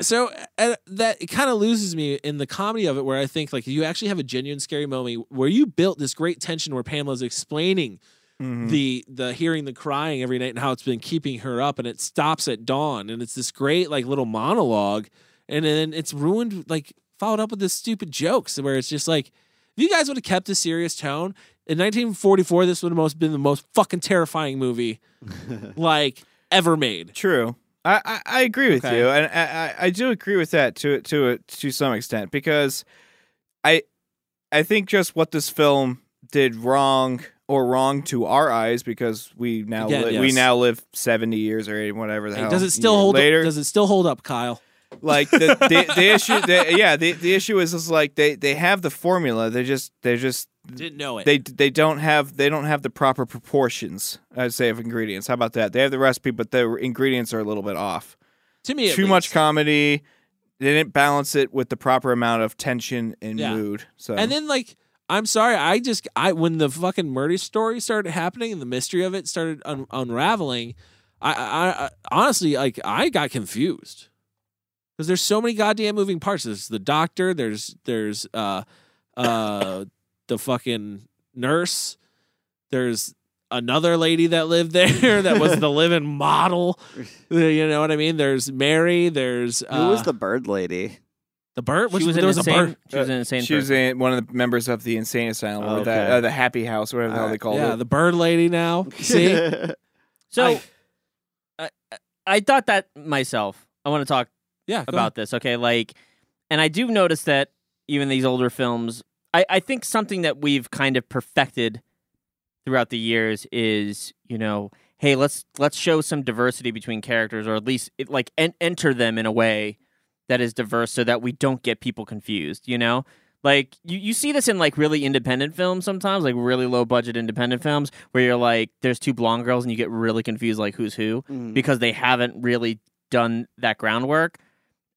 [SPEAKER 1] so uh, that it kind of loses me in the comedy of it where i think like you actually have a genuine scary moment where you built this great tension where pamela's explaining the the hearing the crying every night and how it's been keeping her up and it stops at dawn and it's this great like little monologue and then it's ruined like followed up with this stupid jokes where it's just like if you guys would have kept a serious tone in 1944 this would have most been the most fucking terrifying movie like ever made
[SPEAKER 3] True. I, I, I agree with
[SPEAKER 1] Okay.
[SPEAKER 3] you, and I, I, I do agree with that to to uh, to some extent because I I think just what this film did wrong or wrong to our eyes because we now
[SPEAKER 1] Again,
[SPEAKER 3] li- we
[SPEAKER 1] yes.
[SPEAKER 3] now live seventy years or 80, whatever the hell
[SPEAKER 1] does it still hold
[SPEAKER 3] later
[SPEAKER 1] up does it still hold up kyle
[SPEAKER 3] like the the, the issue the, yeah the, the issue is is like they they have the formula they just they just
[SPEAKER 1] Didn't know it.
[SPEAKER 3] they they don't have they don't have the proper proportions I'd say of ingredients how about that they have the recipe but the ingredients are a little bit off
[SPEAKER 1] to me, at
[SPEAKER 3] too much
[SPEAKER 1] least.
[SPEAKER 3] comedy they didn't balance it with the proper amount of tension and
[SPEAKER 1] Yeah.
[SPEAKER 3] mood so
[SPEAKER 1] and then like, I'm sorry, I just I when the fucking murder story started happening and the mystery of it started un- unraveling, I, I, I honestly like I got confused because there's so many goddamn moving parts. There's the doctor. There's there's uh uh the fucking nurse. There's another lady that lived there that was the living model. You know what I mean? There's Mary. There's uh,
[SPEAKER 6] Who was the bird lady?
[SPEAKER 1] the bird?
[SPEAKER 5] She was
[SPEAKER 1] there
[SPEAKER 5] an
[SPEAKER 1] was a bird.
[SPEAKER 5] insane. She was an insane.
[SPEAKER 3] she was
[SPEAKER 5] person.
[SPEAKER 3] in, one of the members of the insane asylum or the,
[SPEAKER 6] Okay.
[SPEAKER 3] uh, the happy house whatever the hell they called
[SPEAKER 1] Uh, Yeah,
[SPEAKER 3] it
[SPEAKER 1] the bird lady now. See?
[SPEAKER 5] So,
[SPEAKER 1] I-
[SPEAKER 5] I, I, I thought that myself. I want to talk
[SPEAKER 1] yeah. go
[SPEAKER 5] about this. Okay, like, and I do notice that even these older films, I, I think something that we've kind of perfected throughout the years is, you know, hey, let's let's show some diversity between characters, or at least it, like en- enter them in a way that is diverse, so that we don't get people confused. You know. Like you, you see this in like really independent films sometimes, like really low budget independent films, where you're like, there's two blonde girls and you get really confused, like who's who,
[SPEAKER 1] Mm-hmm.
[SPEAKER 6] Mhm.
[SPEAKER 5] because they haven't really done that groundwork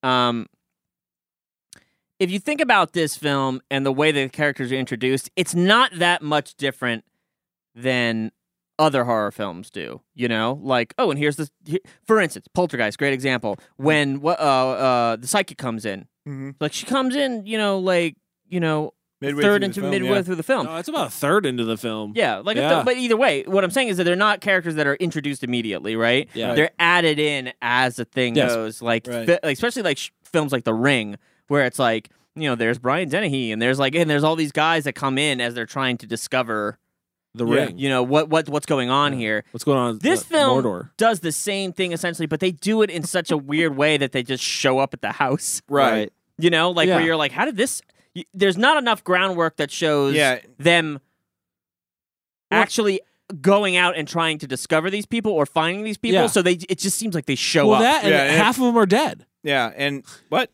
[SPEAKER 5] um if you think about this film and the way that the characters are introduced, it's not that much different than other horror films do. You know, like oh, and here's this. Here, for instance, Poltergeist, great example. When wha- uh, uh, the psychic comes in,
[SPEAKER 3] Mm-hmm.
[SPEAKER 5] like she comes in, you know, like you know, third into midway through the film.
[SPEAKER 1] No, it's about a third into the film.
[SPEAKER 5] Yeah, like,
[SPEAKER 1] Yeah.
[SPEAKER 5] but either way, what I'm saying is that they're not characters that are introduced immediately, right?
[SPEAKER 1] Yeah.
[SPEAKER 5] they're added in as the thing
[SPEAKER 1] Yes.
[SPEAKER 5] goes. Like,
[SPEAKER 9] Right.
[SPEAKER 5] fi- like especially like sh- films like The Ring, where it's like you know there's Brian Dennehy and there's like and there's all these guys that come in as they're trying to discover
[SPEAKER 1] The
[SPEAKER 3] Yeah.
[SPEAKER 1] Ring.
[SPEAKER 5] you know what what what's going on here.
[SPEAKER 1] What's going on?
[SPEAKER 5] This
[SPEAKER 1] Uh,
[SPEAKER 5] film
[SPEAKER 1] Mordor.
[SPEAKER 5] does the same thing essentially, but they do it in such a weird way that they just show up at the house.
[SPEAKER 3] Right.
[SPEAKER 5] You know, like where
[SPEAKER 1] Yeah.
[SPEAKER 5] you're like, how did this? y- There's not enough groundwork that shows
[SPEAKER 3] Yeah.
[SPEAKER 5] them
[SPEAKER 1] Well-
[SPEAKER 5] actually going out and trying to discover these people or finding these people.
[SPEAKER 1] Yeah.
[SPEAKER 5] So they, it just seems like they show
[SPEAKER 1] Well,
[SPEAKER 5] up.
[SPEAKER 1] that and
[SPEAKER 3] Yeah, and-
[SPEAKER 1] half of them are dead.
[SPEAKER 3] Yeah. And what?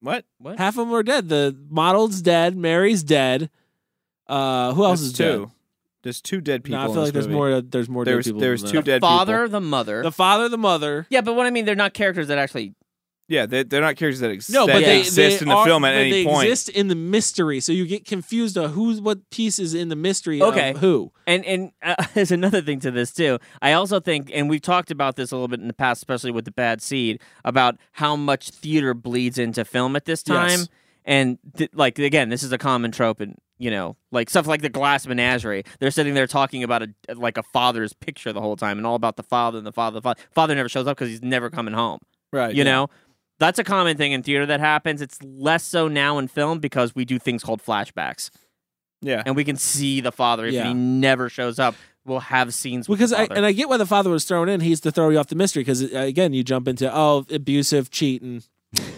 [SPEAKER 3] What?
[SPEAKER 5] what?
[SPEAKER 1] Half of them are dead. The model's dead. Mary's dead. Uh, who else
[SPEAKER 3] That's
[SPEAKER 1] is
[SPEAKER 3] two.
[SPEAKER 1] dead?
[SPEAKER 3] There's two dead people.
[SPEAKER 1] No, I
[SPEAKER 3] in
[SPEAKER 1] feel
[SPEAKER 3] this
[SPEAKER 1] like there's
[SPEAKER 3] movie.
[SPEAKER 1] more. uh, There's more
[SPEAKER 3] There's
[SPEAKER 1] dead people.
[SPEAKER 3] there's
[SPEAKER 1] than
[SPEAKER 3] two
[SPEAKER 1] that.
[SPEAKER 3] dead
[SPEAKER 5] father,
[SPEAKER 3] people.
[SPEAKER 5] the mother.
[SPEAKER 1] The father, the mother.
[SPEAKER 5] yeah, but what I mean, they're not characters that actually.
[SPEAKER 3] Yeah, they, they're not characters that, ex-
[SPEAKER 1] No,
[SPEAKER 3] that
[SPEAKER 1] but they
[SPEAKER 3] exist
[SPEAKER 1] they
[SPEAKER 3] in the
[SPEAKER 1] are-
[SPEAKER 3] film at
[SPEAKER 1] but
[SPEAKER 3] any
[SPEAKER 1] they
[SPEAKER 3] point.
[SPEAKER 1] exist in the mystery, so you get confused on who's what piece is in the mystery.
[SPEAKER 5] Okay.
[SPEAKER 1] of who?
[SPEAKER 5] And and uh, there's another thing to this too. I also think, and we've talked about this a little bit in the past, especially with the bad seed, about how much theater bleeds into film at this time.
[SPEAKER 1] Yes.
[SPEAKER 5] And th- like again, this is a common trope, and you know, like stuff like the glass menagerie. They're sitting there talking about a like a father's picture the whole time, and all about the father and the father. The father, father never shows up because he's never coming home.
[SPEAKER 3] right.
[SPEAKER 5] You know, that's a common thing in theater that happens. It's less so now in film because we do things called flashbacks
[SPEAKER 3] Yeah.
[SPEAKER 5] and we can see the father if
[SPEAKER 1] Yeah.
[SPEAKER 5] he never shows up. We'll have scenes with
[SPEAKER 1] Because
[SPEAKER 5] the
[SPEAKER 1] I
[SPEAKER 5] father.
[SPEAKER 1] and I get why the father was thrown in. He's to throw you off the mystery. Because again, you jump into oh abusive, cheating,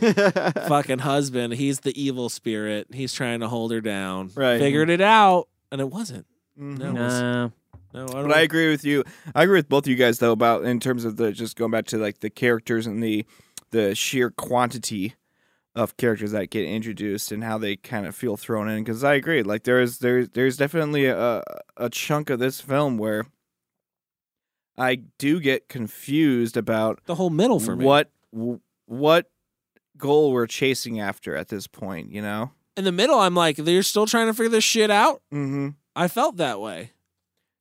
[SPEAKER 1] fucking husband. He's the evil spirit. He's trying to hold her down.
[SPEAKER 3] Right.
[SPEAKER 1] Figured it out, and it wasn't.
[SPEAKER 3] Mhm.
[SPEAKER 1] No.
[SPEAKER 5] Nah.
[SPEAKER 1] No, I don't.
[SPEAKER 3] But I agree with you. I agree with both of you guys though about in terms of the just going back to like the characters and the the sheer quantity of characters that get introduced and how they kind of feel thrown in. Because I agree, like there is there there's definitely a a chunk of this film where I do get confused about
[SPEAKER 1] the whole middle Oh, for me.
[SPEAKER 3] what w- what goal we're chasing after at this point. You know.
[SPEAKER 1] in the middle? I'm like, they're still trying to figure this shit out.
[SPEAKER 3] Mm-hmm.
[SPEAKER 1] I felt that way.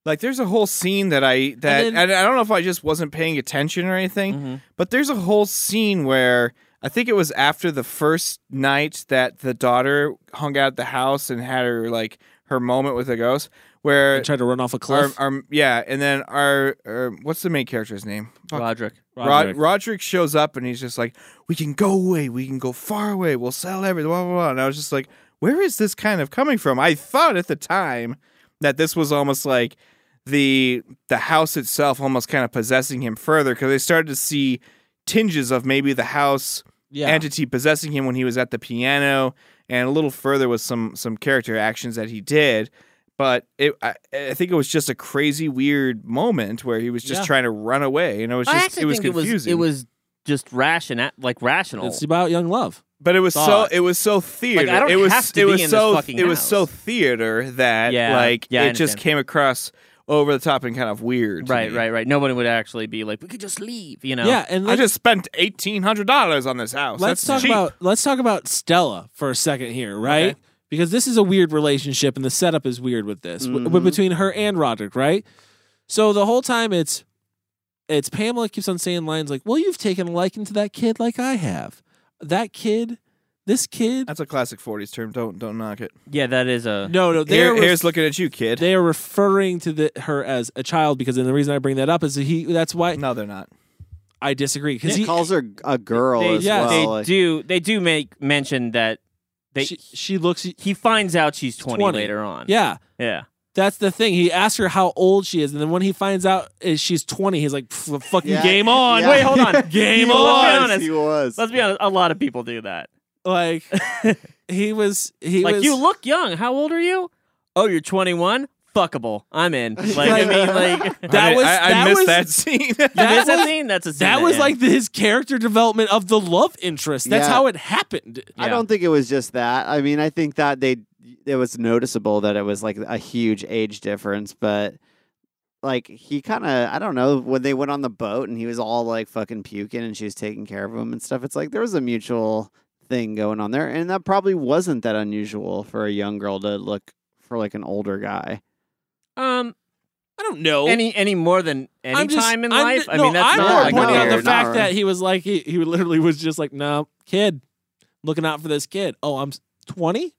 [SPEAKER 3] Like there's a whole scene that I that
[SPEAKER 1] then- Mm-hmm.
[SPEAKER 3] and I don't know if I just wasn't paying attention or anything,
[SPEAKER 6] Mm-hmm.
[SPEAKER 5] Mhm.
[SPEAKER 3] but there's a whole scene where I think it was after the first night that the daughter hung out at the house and had her like her moment with the ghost where
[SPEAKER 1] I tried to run off a
[SPEAKER 3] our,
[SPEAKER 1] cliff.
[SPEAKER 3] our yeah, and then our, our what's the main character's name? Fuck.
[SPEAKER 5] Roderick.
[SPEAKER 3] Rod- Roderick shows up and he's just like, "We can go away. We can go far away. We'll sell everything." Blah blah blah. And I was just like, "Where is this kind of coming from?" I thought at the time that this was almost like the the house itself almost kind of possessing him further because they started to see tinges of maybe the house
[SPEAKER 1] yeah.
[SPEAKER 3] entity possessing him when he was at the piano and a little further with some some character actions that he did but it I, I think it was just a crazy weird moment where he was just
[SPEAKER 1] Yeah.
[SPEAKER 3] trying to run away and it was
[SPEAKER 5] I
[SPEAKER 3] just
[SPEAKER 5] actually
[SPEAKER 3] it was
[SPEAKER 5] think
[SPEAKER 3] confusing
[SPEAKER 5] it was it was just rational, like rational.
[SPEAKER 1] it's about young love.
[SPEAKER 3] but it was
[SPEAKER 5] thought.
[SPEAKER 3] so it was so theater
[SPEAKER 5] I don't
[SPEAKER 3] it was
[SPEAKER 5] have to
[SPEAKER 3] it
[SPEAKER 5] be
[SPEAKER 3] was
[SPEAKER 5] in this
[SPEAKER 3] so
[SPEAKER 5] fucking
[SPEAKER 3] it was so
[SPEAKER 5] house.
[SPEAKER 3] theater that
[SPEAKER 5] Yeah.
[SPEAKER 3] like
[SPEAKER 5] Yeah, I
[SPEAKER 3] it just
[SPEAKER 5] understand.
[SPEAKER 3] came across over the top and kind of weird to
[SPEAKER 5] right,
[SPEAKER 3] me.
[SPEAKER 5] right, right. Nobody would actually be like, we could just leave, you know?
[SPEAKER 1] Yeah, and
[SPEAKER 3] I
[SPEAKER 1] let's,
[SPEAKER 3] just spent eighteen hundred dollars on this house.
[SPEAKER 1] let's
[SPEAKER 3] That's
[SPEAKER 1] talk
[SPEAKER 3] cheap.
[SPEAKER 1] about let's talk about Stella for a second here, right?
[SPEAKER 5] Okay.
[SPEAKER 1] Because this is a weird relationship, and the setup is weird with this w- w-
[SPEAKER 6] Mhm.
[SPEAKER 1] between her and Roderick, right? So the whole time it's it's Pamela keeps on saying lines like, "Well, you've taken a liking to that kid like I have. That kid, this kid."
[SPEAKER 3] That's a classic '40s term. Don't don't knock it.
[SPEAKER 5] Yeah, that is a.
[SPEAKER 1] No, no,
[SPEAKER 3] Here,
[SPEAKER 1] they're
[SPEAKER 3] here's looking at you, kid.
[SPEAKER 1] they are referring to the, her as a child because, and the reason I bring that up is that he. That's why
[SPEAKER 3] No, they're not.
[SPEAKER 1] I disagree because
[SPEAKER 6] he
[SPEAKER 1] he
[SPEAKER 6] calls her a girl
[SPEAKER 5] They,
[SPEAKER 6] as
[SPEAKER 1] yeah,
[SPEAKER 6] well.
[SPEAKER 5] they
[SPEAKER 6] like-
[SPEAKER 5] do. They do make mention that they.
[SPEAKER 1] she, she looks.
[SPEAKER 5] he finds out she's 20,
[SPEAKER 1] 20.
[SPEAKER 5] later on.
[SPEAKER 1] Yeah,
[SPEAKER 5] yeah.
[SPEAKER 1] That's the thing. He asks her how old she is, and then when he finds out is she's twenty, he's like, "F- "Fucking
[SPEAKER 6] Yeah.
[SPEAKER 1] game on!"
[SPEAKER 6] Yeah.
[SPEAKER 5] Wait, hold on.
[SPEAKER 6] He
[SPEAKER 1] game
[SPEAKER 5] Let's be
[SPEAKER 6] was,
[SPEAKER 1] on.
[SPEAKER 5] honest.
[SPEAKER 6] He was.
[SPEAKER 5] Let's be honest. A lot of people do that.
[SPEAKER 1] Like he was, he
[SPEAKER 5] like
[SPEAKER 1] was.
[SPEAKER 5] you look young. How old are you? Oh, you're 21. Fuckable. I'm in. Like I mean, like
[SPEAKER 1] That
[SPEAKER 3] I, did-
[SPEAKER 1] was-
[SPEAKER 3] I, I
[SPEAKER 1] that
[SPEAKER 3] missed
[SPEAKER 1] was-
[SPEAKER 3] that scene.
[SPEAKER 1] That
[SPEAKER 5] That's a
[SPEAKER 1] was-
[SPEAKER 5] scene. That's a scene.
[SPEAKER 1] that was
[SPEAKER 5] yeah.
[SPEAKER 1] like his character development of the love interest. That's
[SPEAKER 6] Yeah.
[SPEAKER 1] how it happened.
[SPEAKER 6] I
[SPEAKER 5] Yeah.
[SPEAKER 6] don't think it was just that. I mean, I think that they it was noticeable that it was like a huge age difference, but like he kind of I don't know when they went on the boat and he was all like fucking puking and she was taking care of him and stuff. It's like there was a mutual thing going on there. And that probably wasn't that unusual for a young girl to look for like an older guy.
[SPEAKER 5] Um,
[SPEAKER 1] I don't know.
[SPEAKER 5] any any more than any
[SPEAKER 1] I'm just-
[SPEAKER 5] time in
[SPEAKER 1] I'm-
[SPEAKER 5] life. I
[SPEAKER 1] no,
[SPEAKER 5] mean, that's
[SPEAKER 1] I'm
[SPEAKER 5] not
[SPEAKER 1] more
[SPEAKER 5] like
[SPEAKER 1] pointing out
[SPEAKER 6] weird.
[SPEAKER 1] the fact
[SPEAKER 6] Not
[SPEAKER 1] that
[SPEAKER 6] right.
[SPEAKER 1] he was like he, he literally was just like no kid, looking out for this kid. Oh, I'm twenty.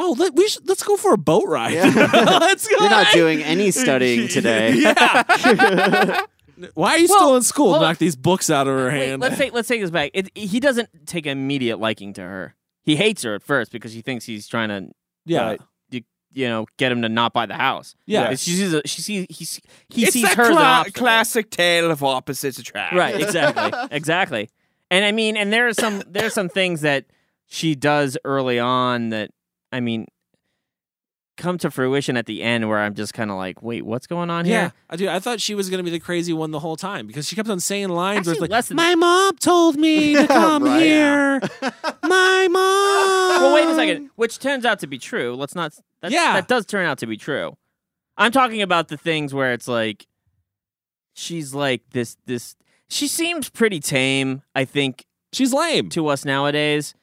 [SPEAKER 1] Oh, let, we should, let's go for a boat ride.
[SPEAKER 6] Yeah.
[SPEAKER 1] let's go.
[SPEAKER 6] You're not doing any studying today.
[SPEAKER 1] yeah. Why are you
[SPEAKER 5] Well,
[SPEAKER 1] still in school?
[SPEAKER 5] hold on.
[SPEAKER 1] Knock these books out of her
[SPEAKER 5] Wait,
[SPEAKER 1] hand.
[SPEAKER 5] let's take let's take this back. It, he doesn't take immediate liking to her. He hates her at first because he thinks he's trying to
[SPEAKER 1] yeah.
[SPEAKER 5] uh, you, you know get him to not buy the house.
[SPEAKER 1] Yeah.
[SPEAKER 5] And she sees a, she sees he s- he
[SPEAKER 3] it's
[SPEAKER 5] sees
[SPEAKER 3] that
[SPEAKER 5] her as an
[SPEAKER 3] cla-
[SPEAKER 5] obstacle.
[SPEAKER 3] classic tale of opposites attract.
[SPEAKER 5] Right, exactly. exactly. And I mean, and there are some there are some things that she does early on that I mean come to fruition at the end where I'm just kind of like, "Wait, what's going on
[SPEAKER 1] Yeah,
[SPEAKER 5] here?"
[SPEAKER 1] I do. I thought she was gonna be the crazy one the whole time because she kept on saying lines where it's
[SPEAKER 5] Actually,
[SPEAKER 1] like,
[SPEAKER 5] less than-
[SPEAKER 1] "My mom told me to
[SPEAKER 6] Yeah,
[SPEAKER 1] come
[SPEAKER 6] right.
[SPEAKER 1] here. My mom."
[SPEAKER 5] Well, wait
[SPEAKER 3] Um,
[SPEAKER 5] a second, which turns out to be true. Let's not that,
[SPEAKER 1] Yeah.
[SPEAKER 5] that does turn out to be true. I'm talking about the things where it's like she's like this this she seems pretty tame, I think,
[SPEAKER 1] She's lame.
[SPEAKER 5] to us nowadays.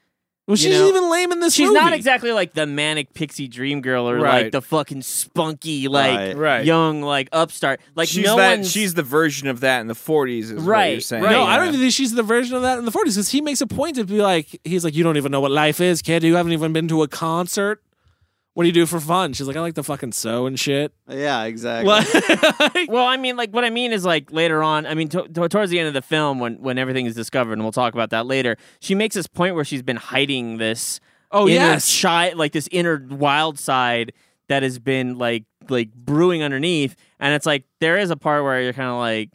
[SPEAKER 1] Well,
[SPEAKER 5] you
[SPEAKER 1] she's
[SPEAKER 5] know,
[SPEAKER 1] even lame in this
[SPEAKER 5] She's
[SPEAKER 1] movie.
[SPEAKER 5] not exactly like the manic pixie dream girl or like
[SPEAKER 3] Right.
[SPEAKER 5] the fucking spunky like
[SPEAKER 6] Right.
[SPEAKER 3] Right.
[SPEAKER 5] young like upstart. Like
[SPEAKER 3] she's
[SPEAKER 5] no
[SPEAKER 3] that,
[SPEAKER 5] one's
[SPEAKER 3] she's the version of that in the 40s is what you're
[SPEAKER 5] Right,
[SPEAKER 3] saying.
[SPEAKER 5] right.
[SPEAKER 1] No, I don't even think she's the version of that in the 40s because he makes a point to be like, he's like, you don't even know what life is, kid. You haven't even been to a concert. What do you do for fun? She's like, I like to fucking sew and shit.
[SPEAKER 6] Yeah, exactly.
[SPEAKER 1] Like,
[SPEAKER 5] well, I mean, like what I mean is like later on. I mean, to- to- towards the end of the film, when when everything is discovered, and we'll talk about that later. She makes this point where she's been hiding this
[SPEAKER 1] oh,
[SPEAKER 5] inner
[SPEAKER 1] yes.
[SPEAKER 5] shy, like this inner wild side that has been like like brewing underneath. And it's like there is a part where you're kind of like,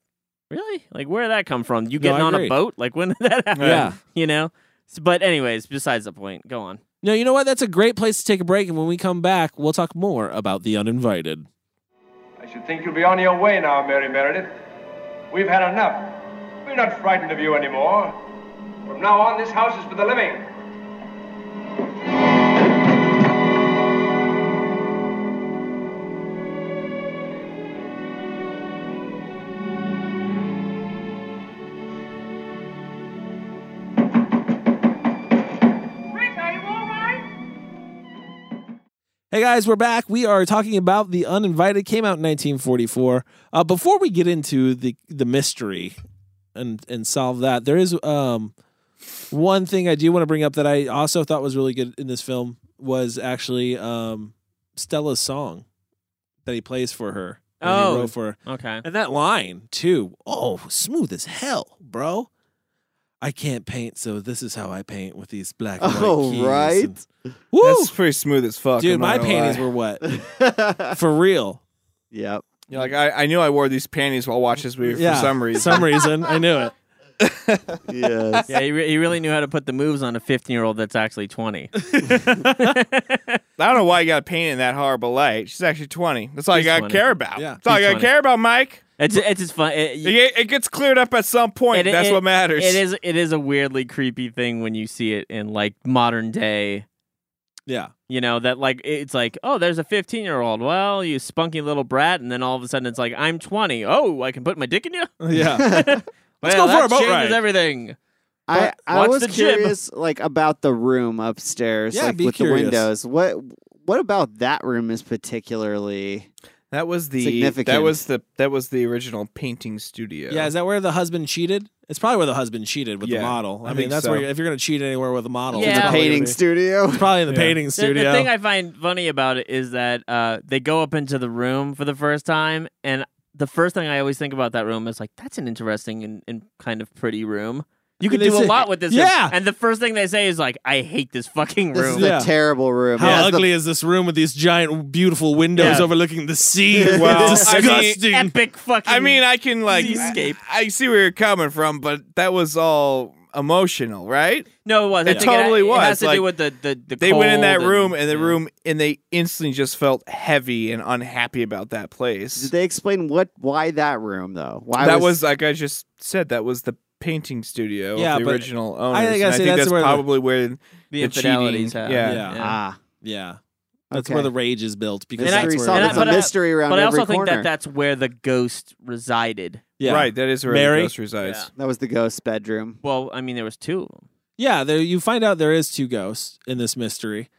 [SPEAKER 5] really, like where did that come from? You
[SPEAKER 1] No,
[SPEAKER 5] getting
[SPEAKER 1] I
[SPEAKER 5] on
[SPEAKER 1] agree.
[SPEAKER 5] a boat? Like when did that happen?
[SPEAKER 1] Yeah.
[SPEAKER 5] you know. S- But anyways, besides the point, go on.
[SPEAKER 1] No, you know what? That's a great place to take a break. And when we come back, we'll talk more about The Uninvited.
[SPEAKER 8] I should think you'll be on your way now, Mary Meredith. We've had enough. We're not frightened of you anymore. From now on, this house is for the living.
[SPEAKER 7] Rick, are you all right?
[SPEAKER 1] Hey guys, we're back. We are talking about The Uninvited. Came out in 1944. Uh, before we get into the the mystery and and solve that, there is um one thing I do want to bring up that I also thought was really good in this film was actually um Stella's song that he plays for her. that he
[SPEAKER 5] Oh.
[SPEAKER 1] wrote for her.
[SPEAKER 5] Okay.
[SPEAKER 1] And that line too. Oh, smooth as hell, bro. I can't paint, so this is how I paint with these black and white
[SPEAKER 6] Oh,
[SPEAKER 1] keys.
[SPEAKER 6] right.
[SPEAKER 1] And- Woo!
[SPEAKER 3] That's pretty smooth as fuck.
[SPEAKER 1] Dude,
[SPEAKER 3] I'm
[SPEAKER 1] my
[SPEAKER 3] not gonna
[SPEAKER 1] panties
[SPEAKER 3] lie.
[SPEAKER 1] were wet. For real.
[SPEAKER 6] yep.
[SPEAKER 3] You're like I, I knew I wore these panties while watching this movie
[SPEAKER 1] Yeah.
[SPEAKER 3] for some reason.
[SPEAKER 1] Some reason. I knew it.
[SPEAKER 6] Yes.
[SPEAKER 5] Yeah, he, re- he really knew how to put the moves on a 15 year old that's actually 20.
[SPEAKER 3] I don't know why you got painted in that horrible light. She's actually 20. That's all
[SPEAKER 5] She's
[SPEAKER 3] you got to
[SPEAKER 5] 20.
[SPEAKER 3] care about.
[SPEAKER 1] Yeah.
[SPEAKER 3] That's all
[SPEAKER 5] She's
[SPEAKER 3] you got to
[SPEAKER 5] 20.
[SPEAKER 3] care about, Mike.
[SPEAKER 5] It's it's just fun. It,
[SPEAKER 3] It, get- it gets cleared up at some point.
[SPEAKER 5] it-
[SPEAKER 3] That's
[SPEAKER 5] it-
[SPEAKER 3] what matters.
[SPEAKER 5] It is it is a weirdly creepy thing when you see it in like modern day.
[SPEAKER 1] Yeah.
[SPEAKER 5] You know that like it's like oh there's a 15 year old. Well, you spunky little brat, and then all of a sudden it's like I'm 20. Oh, I can put my dick in you.
[SPEAKER 1] Yeah. Let's
[SPEAKER 5] Well,
[SPEAKER 1] go for
[SPEAKER 5] that
[SPEAKER 1] a boat
[SPEAKER 5] changes
[SPEAKER 1] ride.
[SPEAKER 5] everything.
[SPEAKER 6] I,
[SPEAKER 5] But
[SPEAKER 6] I
[SPEAKER 5] watch
[SPEAKER 6] was
[SPEAKER 5] the jib.
[SPEAKER 6] curious, like about the room upstairs,
[SPEAKER 1] Yeah,
[SPEAKER 6] like
[SPEAKER 1] be
[SPEAKER 6] with
[SPEAKER 1] curious.
[SPEAKER 6] the windows. What what about that room is particularly?
[SPEAKER 3] that was the
[SPEAKER 6] Significant.
[SPEAKER 3] that was the that was the original painting studio.
[SPEAKER 1] yeah. Is that where the husband cheated? It's probably where the husband cheated with the
[SPEAKER 3] Yeah,
[SPEAKER 1] model. I,
[SPEAKER 3] I
[SPEAKER 1] mean,
[SPEAKER 3] think
[SPEAKER 1] that's
[SPEAKER 3] so.
[SPEAKER 1] where, if you're going to cheat anywhere with a model,
[SPEAKER 5] It's in the
[SPEAKER 1] probably gonna
[SPEAKER 6] painting
[SPEAKER 1] be-
[SPEAKER 6] studio.
[SPEAKER 1] It's probably in the
[SPEAKER 3] Yeah.
[SPEAKER 1] painting
[SPEAKER 5] The- The,
[SPEAKER 1] studio.
[SPEAKER 5] thing I find funny about it is that uh, they go up into the room for the first time, and the first thing I always think about that room is like, that's an interesting and, and kind of pretty room. You could
[SPEAKER 1] They
[SPEAKER 5] do
[SPEAKER 1] say-
[SPEAKER 5] a lot with this.
[SPEAKER 1] Yeah.
[SPEAKER 5] Room. And the first thing they say is like, I hate this fucking
[SPEAKER 6] This
[SPEAKER 5] room.
[SPEAKER 6] is
[SPEAKER 1] Yeah.
[SPEAKER 6] a terrible room.
[SPEAKER 1] How
[SPEAKER 6] It has the-
[SPEAKER 1] ugly is this room with these giant, beautiful windows
[SPEAKER 5] Yeah.
[SPEAKER 1] overlooking the sea?
[SPEAKER 3] Well,
[SPEAKER 1] It's
[SPEAKER 3] I mean-
[SPEAKER 1] disgusting.
[SPEAKER 5] Epic fucking.
[SPEAKER 3] I mean, I can like
[SPEAKER 5] Escape.
[SPEAKER 3] I, I see where you're coming from, but that was all emotional, right?
[SPEAKER 5] no, it was.
[SPEAKER 3] it totally
[SPEAKER 5] it, It
[SPEAKER 3] was,
[SPEAKER 5] has to
[SPEAKER 3] like,
[SPEAKER 5] do with the the, the
[SPEAKER 3] They went in that
[SPEAKER 5] cold
[SPEAKER 3] room and the
[SPEAKER 5] yeah.
[SPEAKER 3] room and they instantly just felt heavy and unhappy about that place.
[SPEAKER 6] Did they explain what why that room though? Why
[SPEAKER 3] that was, like I just said. That was the painting studio
[SPEAKER 1] Yeah,
[SPEAKER 3] of the
[SPEAKER 1] but
[SPEAKER 3] original owners.
[SPEAKER 1] think I
[SPEAKER 3] and I
[SPEAKER 1] say
[SPEAKER 3] think
[SPEAKER 1] that's
[SPEAKER 3] that's,
[SPEAKER 1] where the-
[SPEAKER 3] probably where the,
[SPEAKER 5] the
[SPEAKER 3] cheating.
[SPEAKER 5] infidelities. happen.
[SPEAKER 3] Yeah.
[SPEAKER 1] Yeah.
[SPEAKER 6] ah
[SPEAKER 1] yeah. That's
[SPEAKER 6] Okay.
[SPEAKER 1] where the rage is built because
[SPEAKER 5] And I-
[SPEAKER 1] that's
[SPEAKER 6] mystery
[SPEAKER 1] where
[SPEAKER 5] and I-
[SPEAKER 6] solved. It's a
[SPEAKER 5] but I-
[SPEAKER 6] mystery around
[SPEAKER 5] But I
[SPEAKER 6] every
[SPEAKER 5] also think
[SPEAKER 6] corner.
[SPEAKER 5] that that's where the ghost resided.
[SPEAKER 1] yeah.
[SPEAKER 3] right. That is where
[SPEAKER 1] Mary?
[SPEAKER 3] the ghost resides.
[SPEAKER 5] Yeah.
[SPEAKER 6] That was the ghost bedroom.
[SPEAKER 5] Well, I mean, there was two of them.
[SPEAKER 1] Yeah, there you find out there is two ghosts in this mystery.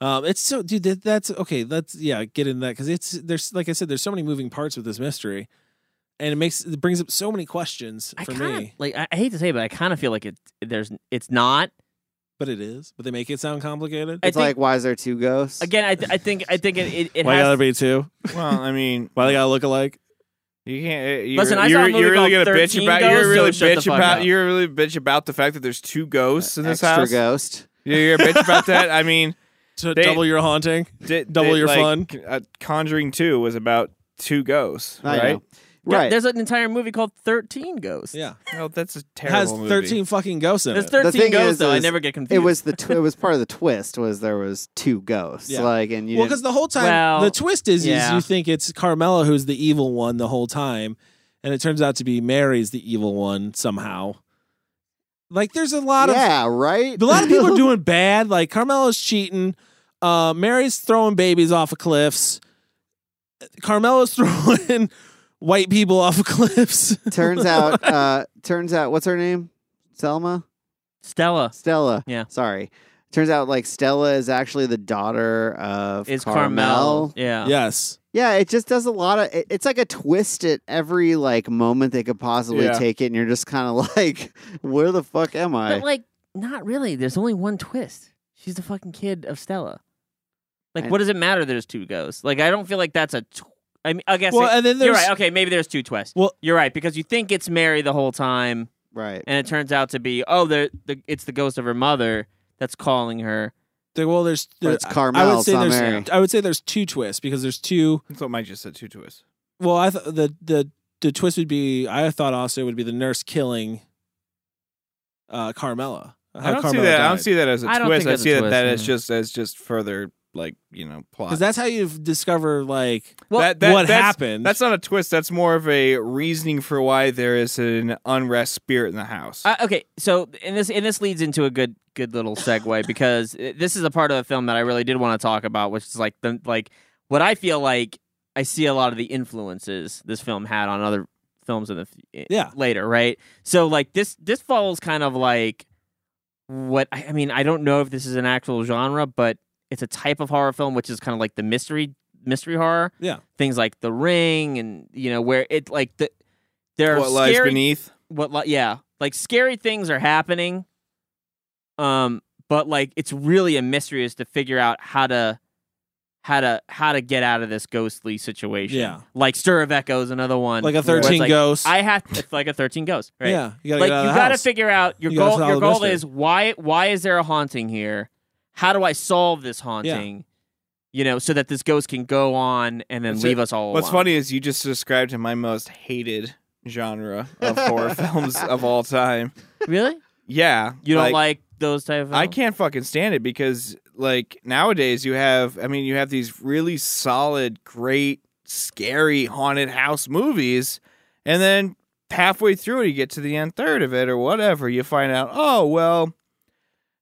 [SPEAKER 1] Um, it's so, dude. That, that's okay. Let's yeah get into that because it's there's like I said, there's so many moving parts with this mystery, and it makes it brings up so many questions
[SPEAKER 5] I
[SPEAKER 1] for
[SPEAKER 5] kinda,
[SPEAKER 1] me.
[SPEAKER 5] Like I, I hate to say, it, but I kind of feel like it. There's it's not
[SPEAKER 1] But it is. But they make it sound complicated.
[SPEAKER 5] I
[SPEAKER 6] It's
[SPEAKER 5] think-
[SPEAKER 6] like why is there two ghosts?
[SPEAKER 5] again. I, th- I think I think it it, it
[SPEAKER 1] Why
[SPEAKER 5] has.
[SPEAKER 1] gotta be two?
[SPEAKER 3] Well, I mean,
[SPEAKER 1] Why they gotta look alike?
[SPEAKER 3] You can't. You,
[SPEAKER 5] Listen, I saw
[SPEAKER 3] you're,
[SPEAKER 5] a movie
[SPEAKER 3] you're really
[SPEAKER 5] called
[SPEAKER 3] gonna bitch
[SPEAKER 5] 13
[SPEAKER 3] about.
[SPEAKER 5] Ghosts,
[SPEAKER 3] You're really
[SPEAKER 5] so shut the
[SPEAKER 3] bitch
[SPEAKER 5] fuck
[SPEAKER 3] about.
[SPEAKER 5] up.
[SPEAKER 3] You're really bitch about the fact that there's two ghosts in this
[SPEAKER 6] Extra
[SPEAKER 3] house.
[SPEAKER 6] ghost.
[SPEAKER 3] You're, you're a bitch about that. I mean,
[SPEAKER 1] To
[SPEAKER 3] They-
[SPEAKER 1] double your haunting.
[SPEAKER 3] di-
[SPEAKER 1] Double
[SPEAKER 3] di-
[SPEAKER 1] your
[SPEAKER 3] like,
[SPEAKER 1] fun.
[SPEAKER 3] c- Uh, Conjuring Two was about two ghosts,
[SPEAKER 6] I
[SPEAKER 3] right?
[SPEAKER 6] know. Right.
[SPEAKER 5] There's an entire movie called Thirteen Ghosts.
[SPEAKER 1] Yeah,
[SPEAKER 3] Well, that's a
[SPEAKER 1] it has
[SPEAKER 3] terrible movie.
[SPEAKER 1] thirteen fucking ghosts in
[SPEAKER 5] There's
[SPEAKER 1] it.
[SPEAKER 6] the
[SPEAKER 5] thirteen
[SPEAKER 6] thing
[SPEAKER 5] ghosts
[SPEAKER 6] is,
[SPEAKER 5] though. I
[SPEAKER 6] is
[SPEAKER 5] never get confused.
[SPEAKER 6] it was the tw- it was part of the twist was there was two ghosts
[SPEAKER 1] Yeah.
[SPEAKER 6] like and you
[SPEAKER 1] Well,
[SPEAKER 6] didn't-
[SPEAKER 1] because the whole time
[SPEAKER 5] Well,
[SPEAKER 1] the twist is, is
[SPEAKER 5] yeah.
[SPEAKER 1] you think it's Carmela who's the evil one the whole time, and it turns out to be Mary's the evil one somehow. Like there's a lot of
[SPEAKER 6] yeah right
[SPEAKER 1] a lot of people are doing bad. Like Carmela's cheating. Uh, Mary's throwing babies off of cliffs. Carmela's throwing white people off of cliffs.
[SPEAKER 6] turns out uh turns out what's her name Selma
[SPEAKER 5] Stella.
[SPEAKER 6] Stella
[SPEAKER 5] Yeah.
[SPEAKER 6] sorry turns out like Stella is actually the daughter of
[SPEAKER 5] Is
[SPEAKER 6] Carmel
[SPEAKER 5] Carmel? Yeah.
[SPEAKER 1] yes.
[SPEAKER 6] yeah it just does a lot of it, it's like a twist at every like moment they could possibly
[SPEAKER 3] Yeah.
[SPEAKER 6] take it and you're just kind of like where the fuck am I
[SPEAKER 5] But like, not really. There's only one twist. She's the fucking kid of Stella. Like,
[SPEAKER 6] I-
[SPEAKER 5] what does it matter? There's two ghosts. Like, I don't feel like that's a. Tw- I mean, I guess
[SPEAKER 1] Well,
[SPEAKER 5] it-
[SPEAKER 1] and then
[SPEAKER 5] you're
[SPEAKER 1] there's-
[SPEAKER 5] right. Okay, maybe there's two twists.
[SPEAKER 1] Well-
[SPEAKER 5] you're right because you think it's Mary the whole time,
[SPEAKER 6] right
[SPEAKER 5] and it turns out to be oh, the, the it's the ghost of her mother that's calling her.
[SPEAKER 1] There, well, there's. There,
[SPEAKER 6] it's Carmel,
[SPEAKER 1] I would say
[SPEAKER 6] it's not
[SPEAKER 1] there's.
[SPEAKER 6] Mary.
[SPEAKER 1] I would say there's two twists because there's two.
[SPEAKER 3] That's what Mike just said. Two twists.
[SPEAKER 1] Well, I thought the the the twist would be. I thought also would be the nurse killing. Uh, Carmela.
[SPEAKER 3] I don't see that. I don't see that as a
[SPEAKER 5] I don't
[SPEAKER 3] twist.
[SPEAKER 5] think
[SPEAKER 3] I
[SPEAKER 5] it's a
[SPEAKER 3] see that
[SPEAKER 5] twist,
[SPEAKER 3] that
[SPEAKER 5] yeah.
[SPEAKER 3] as just as just further like you know plot.
[SPEAKER 1] Mm. because that's how you discover like
[SPEAKER 5] Well,
[SPEAKER 3] that, that,
[SPEAKER 1] what
[SPEAKER 3] that's,
[SPEAKER 1] happened.
[SPEAKER 3] That's not a twist. That's more of a reasoning for why there is an unrest spirit in the house.
[SPEAKER 5] Uh, okay, so and this and this leads into a good good little segue because uh, this is a part of the film that I really did want to talk about, which is like the like what I feel like I see a lot of the influences this film had on other films in the f-
[SPEAKER 1] Yeah.
[SPEAKER 5] later, right? So like this this follows kind of like what I, I mean. I don't know if this is an actual genre, but it's a type of horror film which is kind of like the mystery mystery horror.
[SPEAKER 1] Yeah.
[SPEAKER 5] things like The Ring, and you know where it like the there are
[SPEAKER 3] what lies
[SPEAKER 5] scary
[SPEAKER 3] beneath?
[SPEAKER 5] what like yeah like scary things are happening um but like it's really a mystery as to figure out how to how to how to get out of this ghostly situation
[SPEAKER 1] Yeah.
[SPEAKER 5] like stir of echoes another one
[SPEAKER 1] like a
[SPEAKER 5] where it's
[SPEAKER 1] thirteen
[SPEAKER 5] like,
[SPEAKER 1] ghost.
[SPEAKER 5] i have it's like a 13 ghost right
[SPEAKER 1] Yeah, you gotta
[SPEAKER 5] like
[SPEAKER 1] get out
[SPEAKER 5] you
[SPEAKER 1] of the
[SPEAKER 5] gotta
[SPEAKER 1] house.
[SPEAKER 5] figure out your
[SPEAKER 1] You gotta
[SPEAKER 5] goal
[SPEAKER 1] solve
[SPEAKER 5] your
[SPEAKER 1] the
[SPEAKER 5] goal
[SPEAKER 1] mystery.
[SPEAKER 5] is why why is there a haunting here how do i solve this haunting you know so that this ghost can go on and then
[SPEAKER 3] That's
[SPEAKER 5] leave
[SPEAKER 3] it.
[SPEAKER 5] us all
[SPEAKER 3] What's
[SPEAKER 5] alone.
[SPEAKER 3] funny is you just described my most hated genre of horror films of all time.
[SPEAKER 5] really
[SPEAKER 3] Yeah,
[SPEAKER 5] you don't like those type of
[SPEAKER 3] I
[SPEAKER 5] films?
[SPEAKER 3] can't fucking stand it because like nowadays you have I mean you have these really solid, great, scary haunted house movies and then halfway through it you get to the end third of it or whatever, you find out, oh well,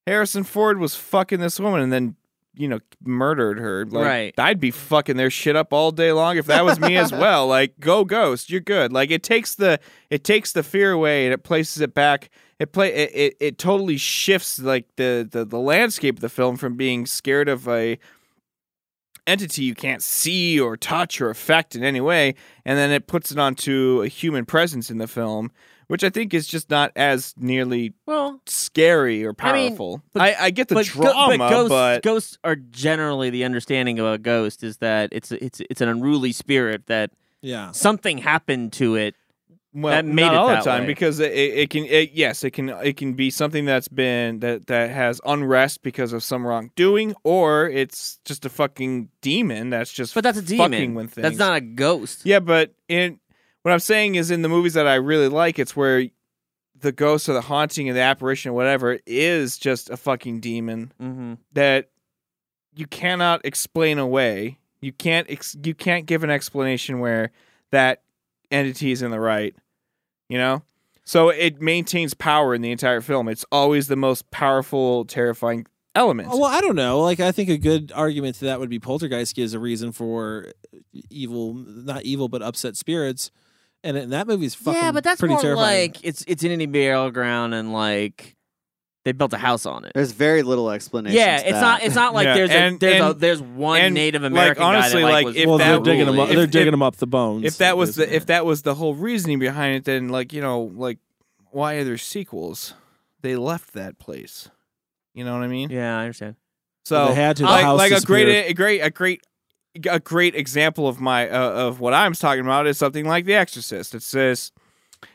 [SPEAKER 3] Harrison Ford was fucking this woman and then you know, murdered her. Like,
[SPEAKER 5] Right.
[SPEAKER 3] I'd be fucking their shit up all day long if that was me as well. Like, go ghost, you're good. Like, it takes the it takes the fear away and it places it back. It play it, it, it totally shifts like the, the the landscape of the film from being scared of a entity you can't see or touch or affect in any way, and then it puts it onto a human presence in the film, which I think is just not as nearly
[SPEAKER 5] well
[SPEAKER 3] scary or
[SPEAKER 5] I mean,
[SPEAKER 3] powerful. I,
[SPEAKER 5] but-
[SPEAKER 3] I, get the
[SPEAKER 5] go-
[SPEAKER 3] drama,
[SPEAKER 5] but ghosts,
[SPEAKER 3] but
[SPEAKER 5] ghosts are generally the understanding of a ghost is that it's it's it's an unruly spirit that
[SPEAKER 1] yeah,
[SPEAKER 5] something happened to it.
[SPEAKER 3] well,
[SPEAKER 5] That made
[SPEAKER 3] not
[SPEAKER 5] it
[SPEAKER 3] all
[SPEAKER 5] that
[SPEAKER 3] the time
[SPEAKER 5] way.
[SPEAKER 3] because it, it it can it, yes it can it can be something that's been that that has unrest because of some wrongdoing or it's just a fucking demon that's just
[SPEAKER 5] But that's a
[SPEAKER 3] fucking
[SPEAKER 5] demon.
[SPEAKER 3] with things.
[SPEAKER 5] That's not a ghost.
[SPEAKER 3] yeah but in what I'm saying is in the movies that I really like it's where the ghost or the haunting and the apparition or whatever is just a fucking demon
[SPEAKER 5] Mm-hmm.
[SPEAKER 3] that you cannot explain away. You can't ex- you can't give an explanation where that entity is in the right. You know, so it maintains power in the entire film. It's always the most powerful, terrifying element.
[SPEAKER 1] Well, I don't know. Like, I think a good argument to that would be poltergeist gives a reason for evil, not evil, but upset spirits. And, and that movie's fucking
[SPEAKER 5] yeah, but that's
[SPEAKER 1] pretty
[SPEAKER 5] more
[SPEAKER 1] terrifying.
[SPEAKER 5] like it's it's in any burial ground and like They built a house on it.
[SPEAKER 6] There's very little explanation.
[SPEAKER 5] Yeah,
[SPEAKER 6] to
[SPEAKER 5] it's
[SPEAKER 6] that.
[SPEAKER 5] not. It's not like
[SPEAKER 3] Yeah,
[SPEAKER 5] there's a,
[SPEAKER 3] and-
[SPEAKER 5] there's a,
[SPEAKER 3] and-
[SPEAKER 5] there's one
[SPEAKER 3] and,
[SPEAKER 5] Native
[SPEAKER 3] like,
[SPEAKER 5] American
[SPEAKER 3] honestly,
[SPEAKER 5] guy that like,
[SPEAKER 3] like,
[SPEAKER 5] was
[SPEAKER 3] if
[SPEAKER 1] well, they're
[SPEAKER 3] that
[SPEAKER 1] digging them up.
[SPEAKER 3] if-
[SPEAKER 1] They're
[SPEAKER 3] if-
[SPEAKER 1] digging them up the bones.
[SPEAKER 3] if that was the
[SPEAKER 1] Isn't
[SPEAKER 3] if that was the whole reasoning behind it, then like you know, like why are there sequels? They left that place. You know what I mean?
[SPEAKER 5] yeah, I understand.
[SPEAKER 3] So
[SPEAKER 1] They had to- the
[SPEAKER 3] like,
[SPEAKER 1] house
[SPEAKER 3] like a great,
[SPEAKER 1] disappeared.
[SPEAKER 3] a great, a great, a great example of my uh, of what I'm talking about is something like The Exorcist. It's this.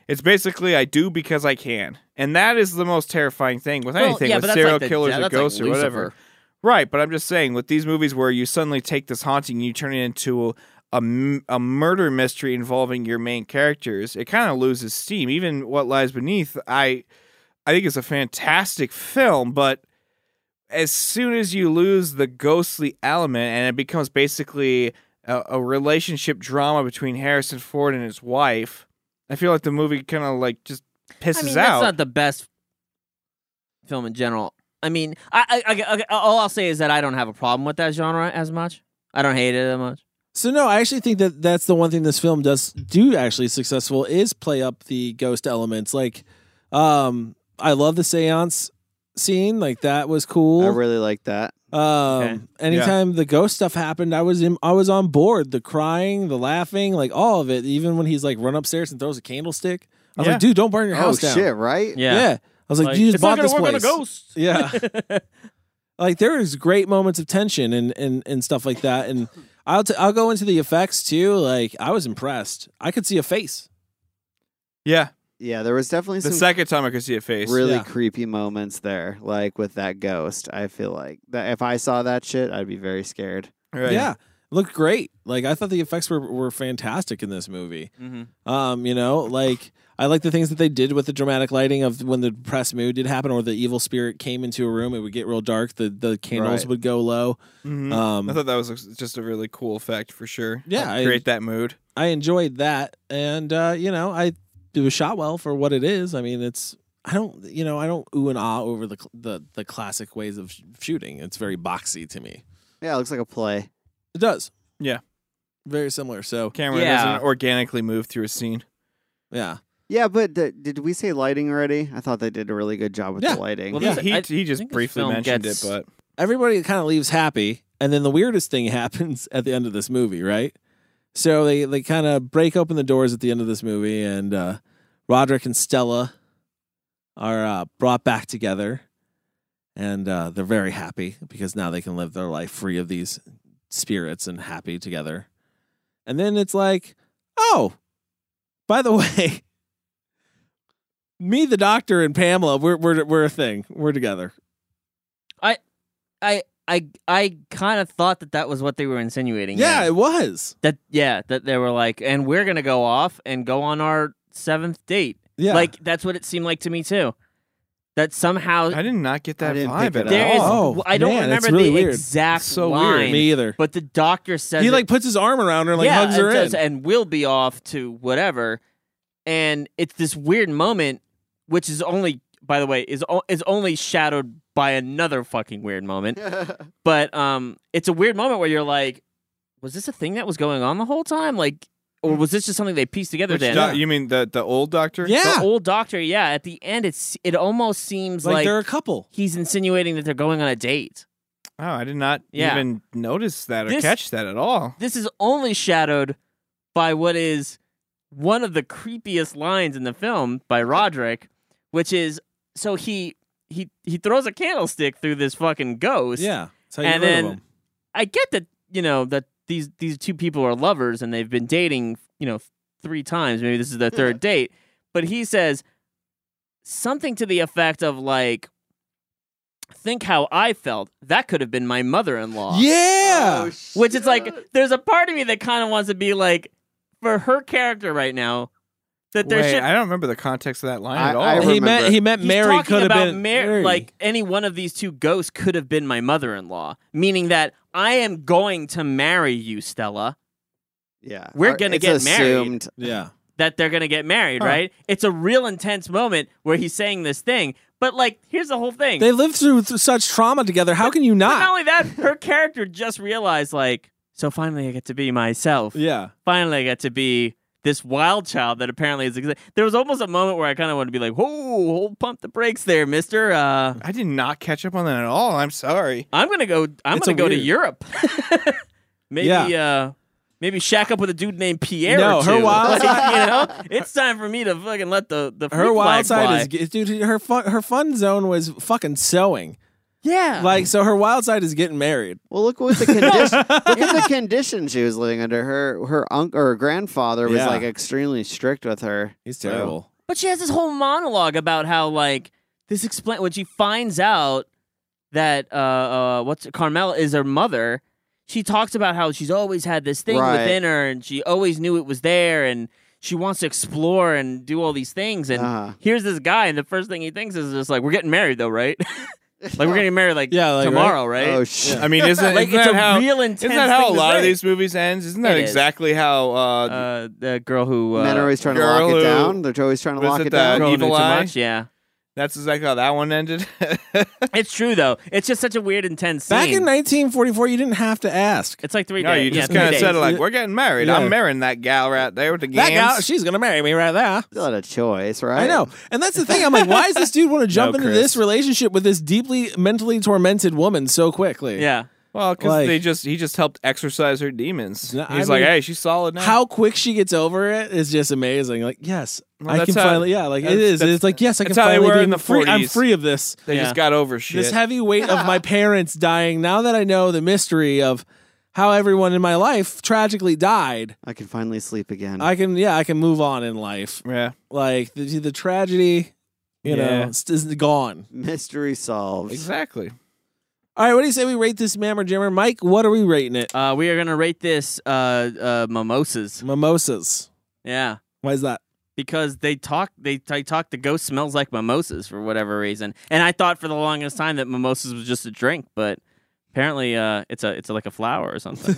[SPEAKER 3] It's basically I do because I can, and that is the most terrifying thing with
[SPEAKER 5] Well,
[SPEAKER 3] anything
[SPEAKER 5] yeah, but
[SPEAKER 3] with
[SPEAKER 5] that's
[SPEAKER 3] serial
[SPEAKER 5] like the-
[SPEAKER 3] killers
[SPEAKER 5] yeah,
[SPEAKER 3] or
[SPEAKER 5] that's like
[SPEAKER 3] ghosts or whatever.
[SPEAKER 5] Lucifer.
[SPEAKER 3] Right, but I'm just saying with these movies where you suddenly take this haunting, and you turn it into a, a m- a murder mystery involving your main characters. It kind of loses steam. Even what lies beneath, I I think it's a fantastic film, but as soon as you lose the ghostly element and it becomes basically a, a relationship drama between Harrison Ford and his wife, I feel like the movie kind of like just pisses
[SPEAKER 5] I mean,
[SPEAKER 3] out.
[SPEAKER 5] that's not the best film in general. I mean, I, I, I, I- all I'll say is that I don't have a problem with that genre as much. I don't hate it as much.
[SPEAKER 1] So no, I actually think that that's the one thing this film does do actually successful is play up the ghost elements. Like, um, I love the seance scene. Like that was cool.
[SPEAKER 6] I really like that.
[SPEAKER 1] um,
[SPEAKER 5] Okay.
[SPEAKER 1] anytime the ghost stuff happened, I was in, I was on board. The crying, the laughing, like all of it. Even when he's like run upstairs and throws a candlestick, I was
[SPEAKER 3] Yeah.
[SPEAKER 1] like, dude, don't burn your
[SPEAKER 6] Oh
[SPEAKER 1] house down.
[SPEAKER 6] shit! Right?
[SPEAKER 1] Yeah.
[SPEAKER 5] Yeah,
[SPEAKER 1] I was like, you just
[SPEAKER 5] it's
[SPEAKER 1] bought
[SPEAKER 5] not gonna
[SPEAKER 1] this
[SPEAKER 5] work
[SPEAKER 1] place.
[SPEAKER 5] on a ghost.
[SPEAKER 1] Yeah. like there is great moments of tension and and and stuff like that and I'll t- I'll go into the effects too. Like I was impressed. I could see a face.
[SPEAKER 3] yeah,
[SPEAKER 6] Yeah, there was definitely
[SPEAKER 3] the
[SPEAKER 6] some
[SPEAKER 3] second time I could see a face.
[SPEAKER 6] really
[SPEAKER 1] Yeah.
[SPEAKER 6] creepy moments there, like with that ghost. I feel like that if I saw that shit, I'd be very scared.
[SPEAKER 3] Right.
[SPEAKER 1] Yeah. Looked great. Like I thought the effects were were fantastic in this movie.
[SPEAKER 5] Mm-hmm.
[SPEAKER 1] Um, you know, like I like the things that they did with the dramatic lighting of when the depressed mood did happen or the evil spirit came into a room, it would get real dark, the the candles
[SPEAKER 6] Right.
[SPEAKER 1] would go low.
[SPEAKER 3] Mhm.
[SPEAKER 1] Um
[SPEAKER 3] I thought that was just a really cool effect for sure.
[SPEAKER 1] Yeah,
[SPEAKER 3] Helped
[SPEAKER 1] I-
[SPEAKER 3] create that mood.
[SPEAKER 1] I enjoyed that, and uh, you know, I it was shot well for what it is. I mean, it's I don't you know I don't ooh and ah over the cl- the the classic ways of sh- shooting. It's very boxy to me.
[SPEAKER 6] Yeah, it looks like a play.
[SPEAKER 1] It does.
[SPEAKER 3] Yeah.
[SPEAKER 1] very similar. So
[SPEAKER 3] Camera
[SPEAKER 5] Yeah.
[SPEAKER 3] doesn't organically move through a scene.
[SPEAKER 1] yeah,
[SPEAKER 6] Yeah, but th- did we say lighting already? I thought they did a really good job with
[SPEAKER 1] Yeah.
[SPEAKER 6] the lighting.
[SPEAKER 5] Well,
[SPEAKER 3] He-
[SPEAKER 5] Yeah.
[SPEAKER 3] he,
[SPEAKER 5] I
[SPEAKER 3] he just
[SPEAKER 5] think this
[SPEAKER 3] briefly
[SPEAKER 5] film
[SPEAKER 3] mentioned
[SPEAKER 5] gets-
[SPEAKER 3] it, but
[SPEAKER 1] everybody kind of leaves happy, and then the weirdest thing happens at the end of this movie, right? So they they kind of break open the doors at the end of this movie, and uh, Roderick and Stella are uh, brought back together, and uh, they're very happy because now they can live their life free of these spirits and happy together. And then it's like, oh, by the way, me, the doctor, and Pamela, we're we're we're a thing. We're together.
[SPEAKER 5] I, I, I kind of thought that that was what they were insinuating.
[SPEAKER 1] yeah. it was.
[SPEAKER 5] that yeah, that they were like, and we're gonna go off and go on our seventh date.
[SPEAKER 1] Yeah,
[SPEAKER 5] Like that's what it seemed like to me too. That somehow
[SPEAKER 3] I did not get that
[SPEAKER 6] I didn't
[SPEAKER 3] vibe
[SPEAKER 6] pick
[SPEAKER 3] at
[SPEAKER 6] it
[SPEAKER 5] there
[SPEAKER 6] up.
[SPEAKER 5] is.
[SPEAKER 3] all.
[SPEAKER 1] Oh,
[SPEAKER 5] I don't
[SPEAKER 1] man, that's
[SPEAKER 5] remember
[SPEAKER 1] really
[SPEAKER 5] the
[SPEAKER 1] weird.
[SPEAKER 5] exact
[SPEAKER 3] So weird.
[SPEAKER 5] line.
[SPEAKER 1] me either.
[SPEAKER 5] But the doctor says
[SPEAKER 1] he
[SPEAKER 5] it-
[SPEAKER 1] like puts his arm around her and like
[SPEAKER 5] yeah,
[SPEAKER 1] hugs her
[SPEAKER 5] it
[SPEAKER 1] in.
[SPEAKER 5] says, and we'll be off to whatever. And it's this weird moment, which is only, by the way, is o- is only shadowed by another fucking weird moment. but um, it's a weird moment where you're like, was this a thing that was going on the whole time? Like, or
[SPEAKER 1] Hmm.
[SPEAKER 5] was this just something they pieced together?
[SPEAKER 3] Which
[SPEAKER 5] then
[SPEAKER 3] doc- you mean the, the old doctor?
[SPEAKER 1] yeah,
[SPEAKER 5] the old doctor, yeah. At the end, it's it almost seems
[SPEAKER 1] like,
[SPEAKER 5] like,
[SPEAKER 1] they're a couple.
[SPEAKER 5] he's insinuating that they're going on a date.
[SPEAKER 3] Oh, I did not
[SPEAKER 5] Yeah.
[SPEAKER 3] even notice that or
[SPEAKER 5] This-
[SPEAKER 3] catch that at all.
[SPEAKER 5] this is only shadowed by what is one of the creepiest lines in the film by Roderick, which is so he he he throws a candlestick through this fucking ghost.
[SPEAKER 1] Yeah, that's how you
[SPEAKER 5] And
[SPEAKER 1] get rid of
[SPEAKER 5] then-
[SPEAKER 1] them.
[SPEAKER 5] I get that you know that these these two people are lovers and they've been dating you know three times. Maybe this is their third date, but he says something to the effect of like. Think how I felt. That could have been my mother-in-law.
[SPEAKER 6] Oh,
[SPEAKER 1] Yeah,
[SPEAKER 5] Which it's like there's a part of me that kind of wants to be like for her character right now that there
[SPEAKER 3] Wait,
[SPEAKER 5] should
[SPEAKER 3] I don't remember the context of that line
[SPEAKER 6] I-
[SPEAKER 3] at all.
[SPEAKER 6] I
[SPEAKER 1] he met
[SPEAKER 6] remember.
[SPEAKER 1] he met
[SPEAKER 5] He's
[SPEAKER 1] Mary.
[SPEAKER 5] talking
[SPEAKER 1] Could have
[SPEAKER 5] about
[SPEAKER 1] been
[SPEAKER 5] Mar-
[SPEAKER 1] Mary.
[SPEAKER 5] like any one of these two ghosts could have been my mother-in-law, meaning that I am going to marry you, Stella.
[SPEAKER 6] yeah,
[SPEAKER 5] We're
[SPEAKER 6] Or
[SPEAKER 5] gonna
[SPEAKER 6] it's
[SPEAKER 5] get married.
[SPEAKER 6] assumed.
[SPEAKER 1] yeah,
[SPEAKER 5] That they're gonna get married,
[SPEAKER 3] Huh.
[SPEAKER 5] right? It's a real intense moment where he's saying this thing, but like here's the whole thing.
[SPEAKER 1] they lived through, through such trauma together. How can you
[SPEAKER 5] but
[SPEAKER 1] not?
[SPEAKER 5] not only that, her character just realized like, so finally I get to be myself.
[SPEAKER 1] yeah,
[SPEAKER 5] finally I get to be this wild child that apparently is. Exa- there was almost a moment where I kind of wanted to be like, "Whoa, hold, pump the brakes there, Mister." Uh,
[SPEAKER 3] I did not catch up on that at all. I'm sorry.
[SPEAKER 5] I'm gonna go. I'm
[SPEAKER 1] It's
[SPEAKER 5] gonna
[SPEAKER 1] a
[SPEAKER 5] go to
[SPEAKER 1] weird-
[SPEAKER 5] Europe. maybe.
[SPEAKER 1] Yeah.
[SPEAKER 5] uh Maybe shack up with a dude named Pierre.
[SPEAKER 1] No,
[SPEAKER 5] or
[SPEAKER 1] her
[SPEAKER 5] two.
[SPEAKER 1] wild
[SPEAKER 5] Like,
[SPEAKER 1] side-
[SPEAKER 5] you know, it's time for me to fucking let the the
[SPEAKER 1] Her
[SPEAKER 5] freak
[SPEAKER 1] wild
[SPEAKER 5] flag
[SPEAKER 1] side is
[SPEAKER 5] fly.
[SPEAKER 1] ge- dude. Her fun, her fun zone was fucking sewing.
[SPEAKER 5] yeah.
[SPEAKER 1] Like so, her wild side is getting married.
[SPEAKER 6] Well, look what the condition. look at the condition she was living under. Her her uncle or her grandfather was
[SPEAKER 1] Yeah.
[SPEAKER 6] like extremely strict with her.
[SPEAKER 1] He's terrible.
[SPEAKER 5] But she has this whole monologue about how like this explain when she finds out that uh, uh what's Carmela is her mother. She talks about how she's always had this thing
[SPEAKER 6] Right.
[SPEAKER 5] within her, and she always knew it was there, and she wants to explore and do all these things. And
[SPEAKER 6] Uh-huh.
[SPEAKER 5] here's this guy, and the first thing he thinks is just like, "We're getting married, though, right? like we're getting married, like,
[SPEAKER 1] Yeah, like, right?
[SPEAKER 5] tomorrow, right?
[SPEAKER 6] Oh shit!
[SPEAKER 3] I mean, isn't,
[SPEAKER 5] like
[SPEAKER 3] isn't
[SPEAKER 5] it's
[SPEAKER 3] that
[SPEAKER 5] a
[SPEAKER 3] how
[SPEAKER 5] real intense.
[SPEAKER 3] isn't that how
[SPEAKER 5] thing
[SPEAKER 3] a
[SPEAKER 5] to
[SPEAKER 3] lot of
[SPEAKER 5] say.
[SPEAKER 3] these movies ends? Isn't that
[SPEAKER 5] It is.
[SPEAKER 3] exactly how uh,
[SPEAKER 5] Uh, the girl who uh,
[SPEAKER 6] Men are always trying to
[SPEAKER 3] girl
[SPEAKER 6] lock it
[SPEAKER 3] who-
[SPEAKER 6] down. They're always trying to
[SPEAKER 3] was
[SPEAKER 6] lock
[SPEAKER 3] it
[SPEAKER 6] it
[SPEAKER 3] that
[SPEAKER 6] down.
[SPEAKER 5] girl knew
[SPEAKER 3] Evil
[SPEAKER 5] too
[SPEAKER 3] Eye?
[SPEAKER 5] much, yeah.
[SPEAKER 3] that's exactly how that one ended?
[SPEAKER 5] It's true though. It's just such a weird, intense scene.
[SPEAKER 1] Back in 1944, you didn't have to ask.
[SPEAKER 5] It's like three
[SPEAKER 3] no,
[SPEAKER 5] days.
[SPEAKER 3] you just
[SPEAKER 5] yeah,
[SPEAKER 3] kind of said it
[SPEAKER 5] it.
[SPEAKER 3] like, "We're getting married.
[SPEAKER 1] Yeah.
[SPEAKER 3] I'm marrying that gal right there with the
[SPEAKER 1] That gal,
[SPEAKER 3] gams."
[SPEAKER 1] she's gonna marry me right there.
[SPEAKER 6] Still had a choice, right?
[SPEAKER 1] I know. And that's the thing. I'm like, why does this dude want to jump into
[SPEAKER 3] Chris.
[SPEAKER 1] this relationship with this deeply mentally tormented woman so quickly?
[SPEAKER 5] Yeah.
[SPEAKER 3] Well, because
[SPEAKER 1] Like-
[SPEAKER 3] they just he just helped exercise her demons.
[SPEAKER 1] No, I
[SPEAKER 3] He's like,
[SPEAKER 1] mean-
[SPEAKER 3] "Hey, she's solid now."
[SPEAKER 1] How quick she gets over it is just amazing. Like, yes,
[SPEAKER 3] Well,
[SPEAKER 1] I
[SPEAKER 3] that's
[SPEAKER 1] can
[SPEAKER 3] how-
[SPEAKER 1] finally. Yeah, like it
[SPEAKER 3] that's-
[SPEAKER 1] is.
[SPEAKER 3] that's-
[SPEAKER 1] It's like yes, I can
[SPEAKER 3] that's how they
[SPEAKER 1] finally
[SPEAKER 3] were
[SPEAKER 1] be
[SPEAKER 3] in the
[SPEAKER 1] free. I'm
[SPEAKER 3] 40s.
[SPEAKER 1] free of this.
[SPEAKER 3] they
[SPEAKER 5] Yeah.
[SPEAKER 3] just got over shit.
[SPEAKER 1] This heavy weight of my parents dying. Now that I know the mystery of how everyone in my life tragically died,
[SPEAKER 6] I can finally sleep again.
[SPEAKER 1] I can yeah, I can move on in life.
[SPEAKER 3] yeah.
[SPEAKER 1] Like the, the tragedy, you
[SPEAKER 3] Yeah.
[SPEAKER 1] know, is gone.
[SPEAKER 6] Mystery solved.
[SPEAKER 3] Exactly.
[SPEAKER 1] All right, what do you say we rate this mammer jammer, Mike? What are we rating it?
[SPEAKER 5] Uh, we are gonna rate this uh, uh, mimosas.
[SPEAKER 1] Mimosas.
[SPEAKER 5] Yeah,
[SPEAKER 1] Why is that?
[SPEAKER 5] because they talk. They, they talk. The ghost smells like mimosas for whatever reason. And I thought for the longest time that mimosas was just a drink, but apparently uh, it's a it's like a flower or something.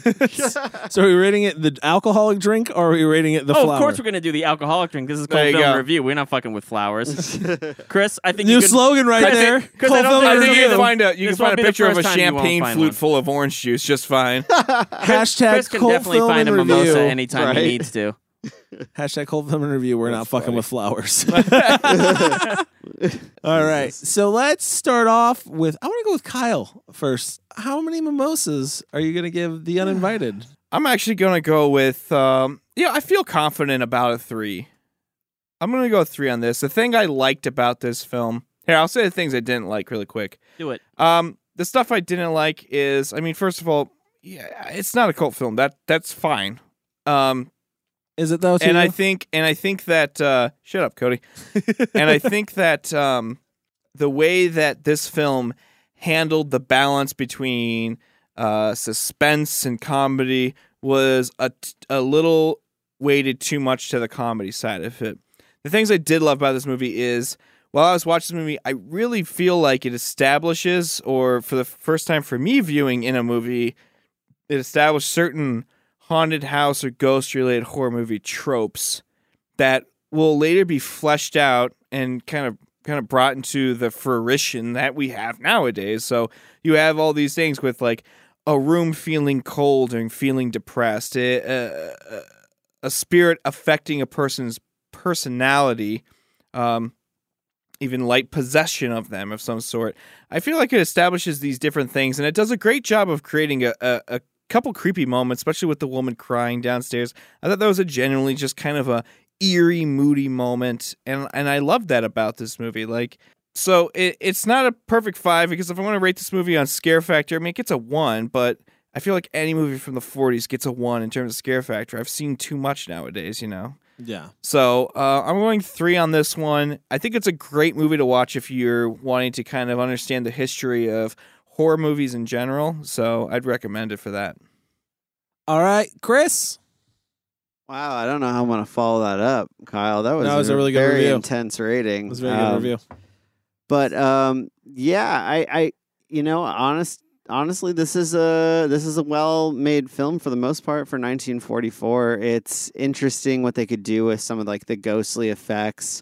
[SPEAKER 1] So are we rating it the alcoholic drink or are we rating it the
[SPEAKER 5] oh,
[SPEAKER 1] flower?
[SPEAKER 5] of course we're gonna do the alcoholic drink. This is
[SPEAKER 3] There
[SPEAKER 5] cold
[SPEAKER 3] you
[SPEAKER 5] film
[SPEAKER 3] go.
[SPEAKER 5] review. We're not fucking with flowers. Chris, I think
[SPEAKER 1] New
[SPEAKER 5] you could,
[SPEAKER 1] slogan right
[SPEAKER 5] Chris, I
[SPEAKER 1] there.
[SPEAKER 5] think- Chris, I
[SPEAKER 1] Cold
[SPEAKER 5] don't
[SPEAKER 1] film
[SPEAKER 5] think
[SPEAKER 3] I
[SPEAKER 5] There's
[SPEAKER 3] think you
[SPEAKER 5] you.
[SPEAKER 3] can find a you
[SPEAKER 5] This
[SPEAKER 3] can
[SPEAKER 5] won't
[SPEAKER 3] find
[SPEAKER 5] be
[SPEAKER 3] a
[SPEAKER 5] the
[SPEAKER 3] picture of a
[SPEAKER 5] first time you won't
[SPEAKER 3] champagne
[SPEAKER 5] find
[SPEAKER 3] flute
[SPEAKER 5] one.
[SPEAKER 3] full of orange juice just fine.
[SPEAKER 1] Hashtag
[SPEAKER 5] Chris can
[SPEAKER 1] cold
[SPEAKER 5] definitely
[SPEAKER 1] film
[SPEAKER 5] find a
[SPEAKER 1] and
[SPEAKER 5] mimosa
[SPEAKER 1] review.
[SPEAKER 5] anytime
[SPEAKER 6] right?
[SPEAKER 5] he needs to.
[SPEAKER 1] Hashtag cold film and review. We're not fucking with flowers. All right. So let's start off with I want to go with Kyle first. How many mimosas are you going to give the uninvited?
[SPEAKER 3] I'm actually gonna go with um yeah, I feel confident about a three. I'm gonna go three on this. The thing I liked about this film here, I'll say the things I didn't like really quick.
[SPEAKER 5] Do it.
[SPEAKER 3] Um, the stuff I didn't like is, I mean, first of all, yeah, it's not a cult film. That that's fine. Um,
[SPEAKER 1] Is it though? to
[SPEAKER 3] and I
[SPEAKER 1] you?
[SPEAKER 3] think and I think that uh, shut up, Cody. and I think that um, the way that this film handled the balance between uh, suspense and comedy was a, t- a little weighted too much to the comedy side of it. The things I did love about this movie is while I was watching this movie, I really feel like it establishes, or for the first time for me viewing in a movie, it established certain haunted house or ghost related horror movie tropes that will later be fleshed out and kind of kind of brought into the fruition that we have nowadays. So you have all these things with like a room feeling cold and feeling depressed, a, a, a- a spirit affecting a person's personality, um, even light possession of them of some sort. I feel like it establishes these different things, and it does a great job of creating a, a, a couple creepy moments, especially with the woman crying downstairs. I thought that was a genuinely just kind of a eerie, moody moment, and and I love that about this movie. Like, so it, it's not a perfect five because if I want to rate this movie on scare factor, I mean, it gets a one, but I feel like any movie from the '40s gets a one in terms of scare factor. I've seen too much nowadays, you know.
[SPEAKER 1] yeah.
[SPEAKER 3] So uh, I'm going three on this one. I think it's a great movie to watch if you're wanting to kind of understand the history of horror movies in general. So I'd recommend it for that.
[SPEAKER 1] All right, Chris.
[SPEAKER 6] Wow, I don't know how I'm gonna follow that up, Kyle. That was,
[SPEAKER 1] That was a really good
[SPEAKER 6] very
[SPEAKER 1] review.
[SPEAKER 6] intense rating.
[SPEAKER 1] It was a very
[SPEAKER 6] Um,
[SPEAKER 1] good review.
[SPEAKER 6] But um, yeah, I, I, you know, honest, honestly, this is a this is a well-made film for the most part for 1944. It's interesting what they could do with some of like the ghostly effects,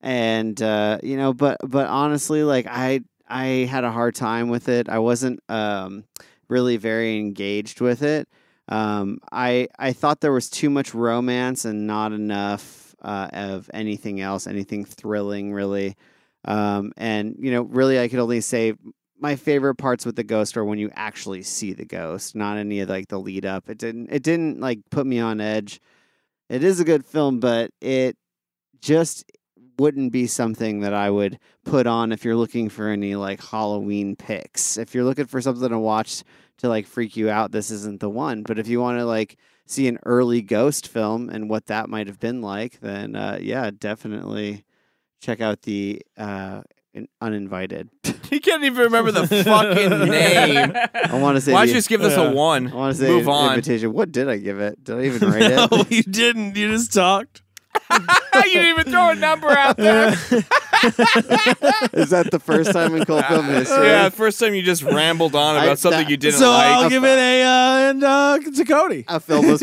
[SPEAKER 6] and uh, you know, but but honestly, like I I had a hard time with it. I wasn't um really very engaged with it. Um, I I thought there was too much romance and not enough uh, of anything else, anything thrilling really. Um, and you know, really, I could only say my favorite parts with the ghost are when you actually see the ghost, not any of like the lead up. It didn't it didn't like put me on edge. It is a good film, but it just wouldn't be something that I would put on if you're looking for any like Halloween picks. If you're looking for something to watch to like freak you out, this isn't the one. But if you want to like see an early ghost film and what that might have been like, then uh, yeah, definitely check out the uh, Un- uninvited.
[SPEAKER 3] He can't even remember the fucking name.
[SPEAKER 6] I want to say
[SPEAKER 3] Why don't
[SPEAKER 6] the-
[SPEAKER 3] you just give this a one?
[SPEAKER 6] I want to say
[SPEAKER 3] Move on.
[SPEAKER 6] invitation. What did I give it? Did I even rate it?
[SPEAKER 1] No, you didn't. You just talked.
[SPEAKER 3] you didn't even throw a number out there.
[SPEAKER 6] Is that the first time in cold film history?
[SPEAKER 3] yeah, first time you just rambled on
[SPEAKER 6] I-
[SPEAKER 3] about something
[SPEAKER 6] that-
[SPEAKER 3] you didn't
[SPEAKER 1] so
[SPEAKER 3] like.
[SPEAKER 1] I'll give it a uh, and uh, to Cody.
[SPEAKER 6] A film was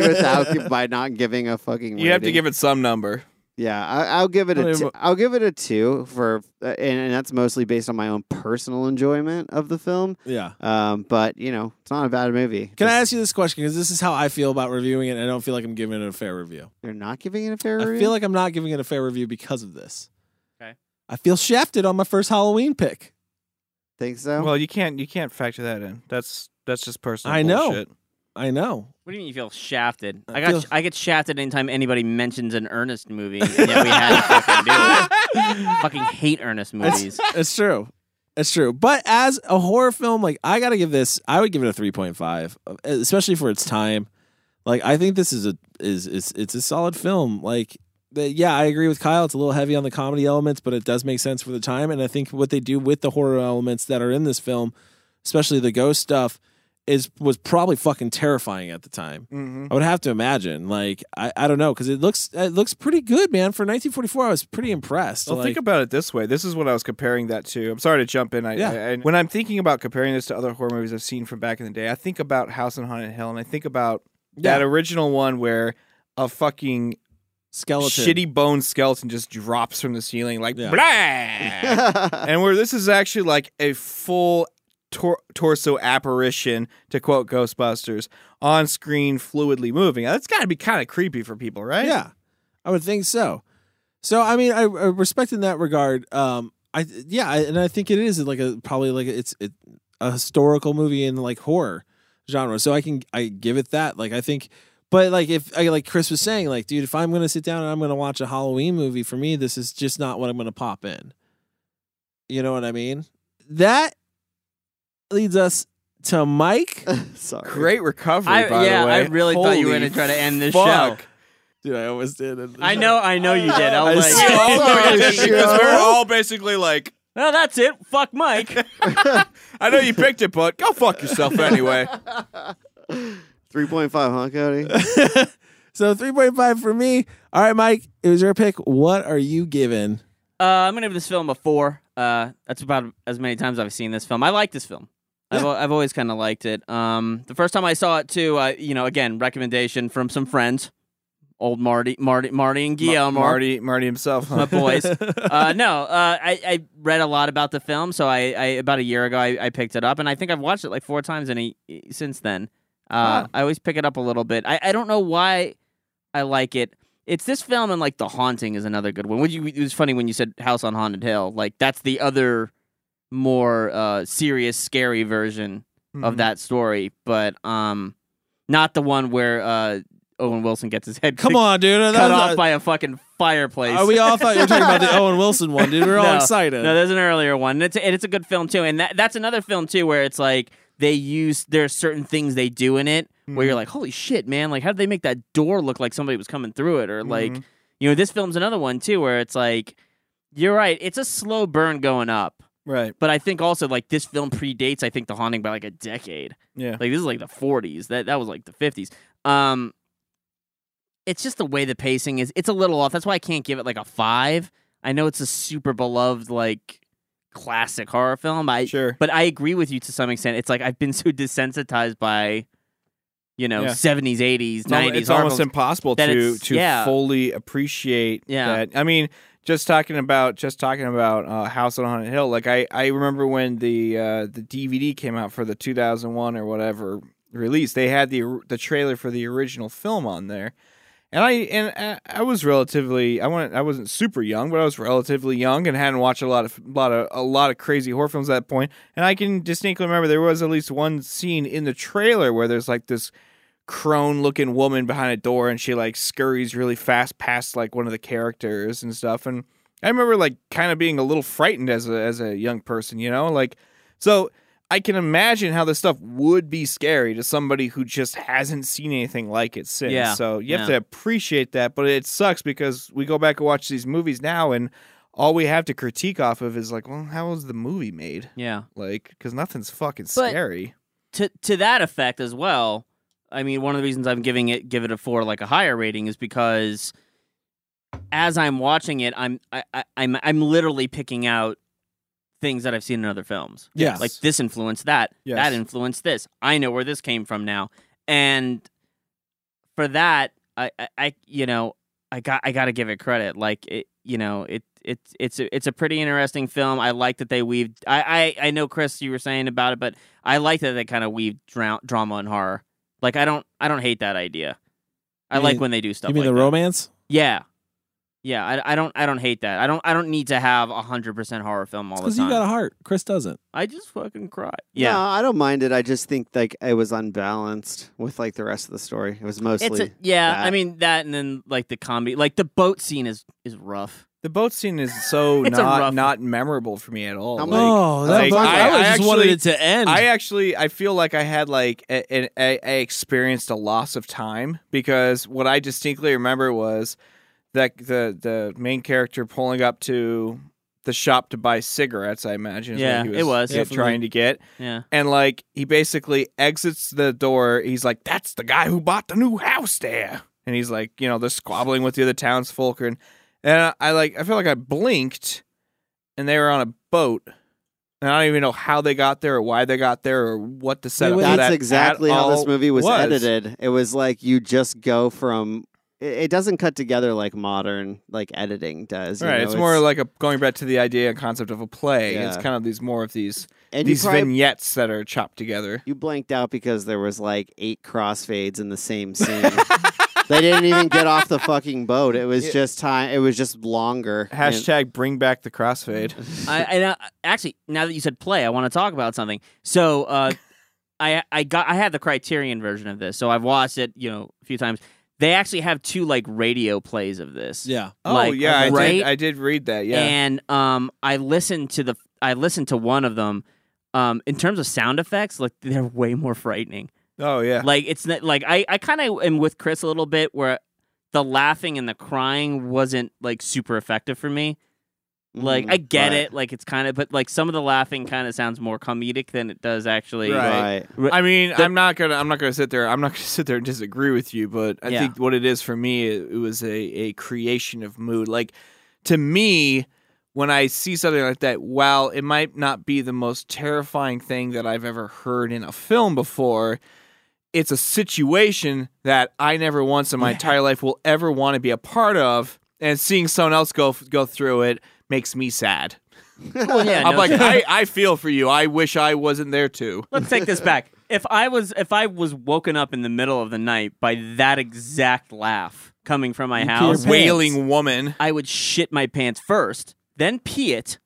[SPEAKER 6] without gi- by not giving a fucking.
[SPEAKER 3] you have to give it some number.
[SPEAKER 6] Yeah, I, I'll give it
[SPEAKER 1] Not
[SPEAKER 6] a.
[SPEAKER 1] even-
[SPEAKER 6] T- I'll give it a two for, uh, and, and that's mostly based on my own personal enjoyment of the film.
[SPEAKER 1] Yeah.
[SPEAKER 6] Um, but you know, it's not a bad movie.
[SPEAKER 1] Can I ask you this question? Because this is how I feel about reviewing it. And I don't feel like I'm giving it a fair review.
[SPEAKER 6] They're not giving it a fair
[SPEAKER 1] I
[SPEAKER 6] review.
[SPEAKER 1] feel like I'm not giving it a fair review because of this.
[SPEAKER 5] Okay.
[SPEAKER 1] I feel shafted on my first Halloween pick.
[SPEAKER 6] think so.
[SPEAKER 3] Well, you can't you can't factor that in. That's that's just personal.
[SPEAKER 1] I know.
[SPEAKER 3] bullshit.
[SPEAKER 1] I know.
[SPEAKER 5] What do you mean you feel shafted? I,
[SPEAKER 1] I
[SPEAKER 5] got
[SPEAKER 1] feel-
[SPEAKER 5] I get shafted anytime anybody mentions an Ernest movie, and yet we had to fucking do it. fucking hate Ernest movies.
[SPEAKER 1] It's true. It's true. But as a horror film, like I gotta give this, I would give it a three point five, uh, especially for its time. Like I think this is a is is it's a solid film. Like the, yeah, I agree with Kyle. It's a little heavy on the comedy elements, but it does make sense for the time. And I think what they do with the horror elements that are in this film, especially the ghost stuff, is was probably fucking terrifying at the time.
[SPEAKER 3] Mm-hmm.
[SPEAKER 1] I would have to imagine. Like I, I don't know because it looks it looks pretty good, man. For 1944, I was pretty impressed.
[SPEAKER 3] Well,
[SPEAKER 1] like,
[SPEAKER 3] think about it this way. This is what I was comparing that to. I'm sorry to jump in. I,
[SPEAKER 1] Yeah.
[SPEAKER 3] I- I- when I'm thinking about comparing this to other horror movies I've seen from back in the day, I think about House on Haunted Hill, and I think about
[SPEAKER 1] Yeah.
[SPEAKER 3] that original one where a fucking
[SPEAKER 1] skeleton.
[SPEAKER 3] shitty bone skeleton just drops from the ceiling, like
[SPEAKER 1] Yeah.
[SPEAKER 3] blah. and where this is actually like a full tor- torso apparition, to quote Ghostbusters, on screen, fluidly moving. Now, That's got to be kind of creepy for people, right?
[SPEAKER 1] Yeah, I would think so. So I mean, I, I respect in that regard. Um, I yeah, I, and I think it is like a probably like a, it's it, a historical movie in like horror genre. So I can I give it that. Like I think, but like if I like Chris was saying, like dude, if I'm gonna sit down and I'm gonna watch a Halloween movie, for me this is just not what I'm gonna pop in. You know what I mean? That leads us to Mike.
[SPEAKER 6] Sorry.
[SPEAKER 3] Great recovery,
[SPEAKER 5] I-
[SPEAKER 3] by
[SPEAKER 5] yeah,
[SPEAKER 3] the way.
[SPEAKER 5] I really thought you were
[SPEAKER 3] Holy
[SPEAKER 5] gonna try to end this
[SPEAKER 3] fuck.
[SPEAKER 5] show.
[SPEAKER 1] Dude, I almost did.
[SPEAKER 5] I know, I know you did. I was
[SPEAKER 1] I
[SPEAKER 5] like,
[SPEAKER 6] saw- Sorry,
[SPEAKER 3] because
[SPEAKER 6] Joe.
[SPEAKER 3] we're all basically like,
[SPEAKER 5] well, that's it. Fuck Mike. Uh,
[SPEAKER 3] I know you picked it, but go fuck yourself anyway.
[SPEAKER 6] Three point five, huh, Cody?
[SPEAKER 1] So 3.5 for me. All right, Mike, it was your pick. What are you giving?
[SPEAKER 5] Uh, I'm gonna give this film a four. Uh, that's about as many times I've seen this film. I like this film. I've, al- I've always kind of liked it. Um, the first time I saw it too, uh, you know, again, recommendation from some friends, old Marty, Marty, Marty and Guillermo,
[SPEAKER 3] Marty, Marty himself.
[SPEAKER 5] my
[SPEAKER 3] Huh?
[SPEAKER 5] boys. uh, no, uh, I, I read a lot about the film, so I, I about a year ago I, I picked it up, and I think I've watched it like four times in a, e, since then. Uh, I always pick it up a little bit. I, I don't know why I like it. It's this film and like The Haunting is another good one. Would you? It was funny when you said House on Haunted Hill. Like that's the other more uh, serious, scary version
[SPEAKER 1] Mm-hmm.
[SPEAKER 5] of that story, but um, not the one where uh, Owen Wilson gets his head
[SPEAKER 1] Come
[SPEAKER 5] kicked-
[SPEAKER 1] on, dude.
[SPEAKER 5] cut off by a fucking fireplace.
[SPEAKER 1] Oh, we all thought you were talking about the Owen Wilson one, dude. We are all
[SPEAKER 5] No.
[SPEAKER 1] excited.
[SPEAKER 5] No, there's an earlier one. And it's and it's a good film too, and that that's another film too where it's like they use there's certain things they do in it where you're like, holy shit, man! Like, how did they make that door look like somebody was coming through it? Or like, you know, this film's another one too where it's like, you're right, it's a slow burn going up,
[SPEAKER 3] Right.
[SPEAKER 5] but I think also like this film predates I think The Haunting by like a decade.
[SPEAKER 3] Yeah.
[SPEAKER 5] Like this is like the 40s. That that was like the 50s. Um it's just the way the pacing is. It's a little off. That's why I can't give it like a 5. I know it's a super beloved like classic horror film. I
[SPEAKER 3] Sure.
[SPEAKER 5] but I agree with you to some extent. It's like I've been so desensitized by you know,
[SPEAKER 3] Yeah.
[SPEAKER 5] 70s, 80s,
[SPEAKER 3] It's, al-
[SPEAKER 5] 90s
[SPEAKER 3] it's
[SPEAKER 5] horror
[SPEAKER 3] almost
[SPEAKER 5] films.
[SPEAKER 3] impossible
[SPEAKER 5] that
[SPEAKER 3] to
[SPEAKER 5] it's-
[SPEAKER 3] to
[SPEAKER 5] yeah.
[SPEAKER 3] fully appreciate
[SPEAKER 5] Yeah.
[SPEAKER 3] that. I mean, just talking about just talking about uh, House on Haunted Hill. Like I, I remember when the uh, the DVD came out for the 2001 or whatever release, they had the the trailer for the original film on there, and I and uh, I, I was relatively I went I wasn't super young, but I was relatively young and hadn't watched a lot of lot of a lot of crazy horror films at that point. And I can distinctly remember there was at least one scene in the trailer where there's like this crone looking woman behind a door and she like scurries really fast past like one of the characters and stuff and I remember like kind of being a little frightened as a as a young person, you know? Like so I can imagine how this stuff would be scary to somebody who just hasn't seen anything like it since.
[SPEAKER 5] Yeah,
[SPEAKER 3] So you have
[SPEAKER 5] yeah.
[SPEAKER 3] to appreciate that, but it sucks because we go back and watch these movies now and all we have to critique off of is like, well, how was the movie made?
[SPEAKER 5] Yeah.
[SPEAKER 3] Like, because nothing's fucking
[SPEAKER 5] But-
[SPEAKER 3] scary.
[SPEAKER 5] to to that effect as well. I mean, one of the reasons I'm giving it give it a four like a higher rating is because as I'm watching it, I'm I, I, I'm I'm literally picking out things that I've seen in other films.
[SPEAKER 1] Yes.
[SPEAKER 5] Like this influenced that,
[SPEAKER 3] Yes.
[SPEAKER 5] that influenced this. I know where this came from now, and for that, I I, I you know I got I got to give it credit. Like it, you know it. It's it's a, it's a pretty interesting film. I like that they weaved. I, I I know Chris, you were saying about it, but I like that they kind of weave dra- drama and horror. Like I don't I don't hate that idea. I
[SPEAKER 1] You
[SPEAKER 5] like
[SPEAKER 1] mean-
[SPEAKER 5] when they do stuff.
[SPEAKER 1] you mean
[SPEAKER 5] like
[SPEAKER 1] the
[SPEAKER 5] that.
[SPEAKER 1] romance?
[SPEAKER 5] Yeah, yeah. I, I don't I don't hate that. I don't I don't need to have a hundred percent horror film all the
[SPEAKER 1] Because
[SPEAKER 5] time.
[SPEAKER 1] you got a heart. Chris doesn't.
[SPEAKER 5] I just fucking cry.
[SPEAKER 6] No,
[SPEAKER 5] Yeah,
[SPEAKER 6] I don't mind it. I just think like it was unbalanced with like the rest of the story. It was mostly
[SPEAKER 5] it's a, yeah.
[SPEAKER 6] that.
[SPEAKER 5] I mean that, and then like the comedy, like the boat scene is is rough.
[SPEAKER 3] The boat scene is so
[SPEAKER 5] It's a
[SPEAKER 3] not
[SPEAKER 5] rough-
[SPEAKER 3] not memorable for me at all.
[SPEAKER 6] I'm
[SPEAKER 3] Like,
[SPEAKER 6] like-
[SPEAKER 1] oh, that
[SPEAKER 3] like,
[SPEAKER 1] bummer.
[SPEAKER 3] I-
[SPEAKER 1] I,
[SPEAKER 3] I
[SPEAKER 1] just wanted
[SPEAKER 3] actually-
[SPEAKER 1] it to end.
[SPEAKER 3] I actually I feel like I had like a- an I I experienced a loss of time because what I distinctly remember was that the the main character pulling up to the shop to buy cigarettes. I imagine. is what
[SPEAKER 5] Yeah,
[SPEAKER 3] he
[SPEAKER 5] it was.
[SPEAKER 3] yeah, trying to get
[SPEAKER 5] Yeah,
[SPEAKER 3] and like he basically exits the door. He's like, "That's the guy who bought the new house there." And he's like, you know, they're squabbling with the other townsfolk, and and I, I like, I feel like I blinked, and they were on a boat, and I don't even know how they got there or why they got there or what the setup.
[SPEAKER 1] wait,
[SPEAKER 3] for
[SPEAKER 6] That's
[SPEAKER 3] that
[SPEAKER 6] exactly
[SPEAKER 3] at
[SPEAKER 6] how this
[SPEAKER 3] all
[SPEAKER 6] movie was,
[SPEAKER 3] was
[SPEAKER 6] edited. It was like you just go from. It, it doesn't cut together like modern like editing does. you
[SPEAKER 3] Right,
[SPEAKER 6] know?
[SPEAKER 3] it's more like a going back to the idea and concept of a play. It's
[SPEAKER 6] Yeah.
[SPEAKER 3] kind of these more of these
[SPEAKER 6] and
[SPEAKER 3] these
[SPEAKER 6] you probably,
[SPEAKER 3] vignettes that are chopped together.
[SPEAKER 6] you blanked out because there was like eight crossfades in the same scene. they didn't even get off the fucking boat. It was just time. It was just longer. and-
[SPEAKER 3] Hashtag bring back the crossfade.
[SPEAKER 5] I, and uh, actually, now that you said play, I want to talk about something. So, uh, I I got I had the Criterion version of this, so I've watched it, you know, a few times. They actually have two like radio plays of this.
[SPEAKER 1] yeah.
[SPEAKER 3] Oh
[SPEAKER 5] Like,
[SPEAKER 3] yeah, I
[SPEAKER 5] right?
[SPEAKER 3] did. I did read that. Yeah,
[SPEAKER 5] And um, I listened to the I listened to one of them. Um, in terms of sound effects, like they're way more frightening.
[SPEAKER 3] oh yeah.
[SPEAKER 5] Like it's not like I I kind of am with Chris a little bit where the laughing and the crying wasn't like super effective for me. Like
[SPEAKER 6] Mhm,
[SPEAKER 5] I get
[SPEAKER 6] right,
[SPEAKER 5] it, like it's kind of, but like some of the laughing kind of sounds more comedic than it does actually.
[SPEAKER 3] Right.
[SPEAKER 6] Right.
[SPEAKER 3] I mean,
[SPEAKER 5] The-
[SPEAKER 3] I'm not gonna I'm not gonna sit there I'm not gonna sit there and disagree with you, but I
[SPEAKER 5] Yeah.
[SPEAKER 3] think what it is for me it, it was a, a creation of mood. Like to me, when I see something like that, while it might not be the most terrifying thing that I've ever heard in a film before, it's a situation that I never once in my entire life will ever want to be a part of, and seeing someone else go go through it makes me sad.
[SPEAKER 5] Well, yeah,
[SPEAKER 3] I'm
[SPEAKER 5] no
[SPEAKER 3] like,
[SPEAKER 5] shit.
[SPEAKER 3] I, I feel for you. I wish I wasn't there too.
[SPEAKER 5] let's take this back. If I was if I was woken up in the middle of the night by that exact laugh coming from my
[SPEAKER 1] You'd pee your
[SPEAKER 5] house,
[SPEAKER 1] pants.
[SPEAKER 3] Wailing woman.
[SPEAKER 5] I would shit my pants first, then pee it,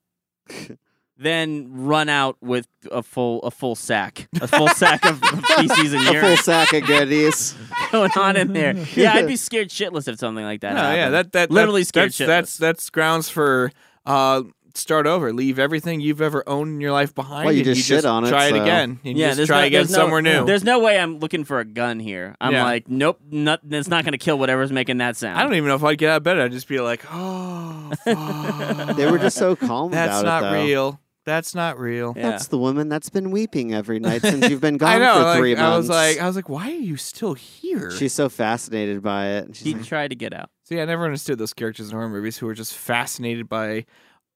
[SPEAKER 5] then run out with a full a full sack, a full sack of of feces and
[SPEAKER 6] A full
[SPEAKER 5] urine
[SPEAKER 6] sack of goodies.
[SPEAKER 5] going on in there. Yeah, I'd be scared shitless if something like that.
[SPEAKER 3] No, yeah,
[SPEAKER 5] happened.
[SPEAKER 3] that that
[SPEAKER 5] literally
[SPEAKER 3] that,
[SPEAKER 5] scared
[SPEAKER 3] That's,
[SPEAKER 5] shitless.
[SPEAKER 3] that's that's grounds for uh, start over. Leave everything you've ever owned in your life behind.
[SPEAKER 6] Well, you
[SPEAKER 3] and
[SPEAKER 6] just shit on it,
[SPEAKER 3] Try it
[SPEAKER 6] so-
[SPEAKER 3] again. And you just
[SPEAKER 5] there's
[SPEAKER 3] try
[SPEAKER 5] no-
[SPEAKER 3] again
[SPEAKER 5] there's no-
[SPEAKER 3] somewhere new.
[SPEAKER 5] There's no way I'm looking for a gun here. I'm
[SPEAKER 3] Yeah.
[SPEAKER 5] like, nope, not, it's not going to kill whatever's making that sound.
[SPEAKER 3] I don't even know if I'd get out of bed. I'd just be like, oh, fuck.
[SPEAKER 6] They were just so calm
[SPEAKER 3] that's
[SPEAKER 6] about
[SPEAKER 3] not
[SPEAKER 6] it. though.
[SPEAKER 3] real. That's not real.
[SPEAKER 5] Yeah.
[SPEAKER 6] That's the woman that's been weeping every night since you've been gone
[SPEAKER 3] I know.
[SPEAKER 6] for
[SPEAKER 3] like,
[SPEAKER 6] three months.
[SPEAKER 3] I was like, I was like, why are you still here?
[SPEAKER 6] she's so fascinated by it. She's
[SPEAKER 5] He
[SPEAKER 6] like,
[SPEAKER 5] tried to get out.
[SPEAKER 3] See, I never understood those characters in horror movies who were just fascinated by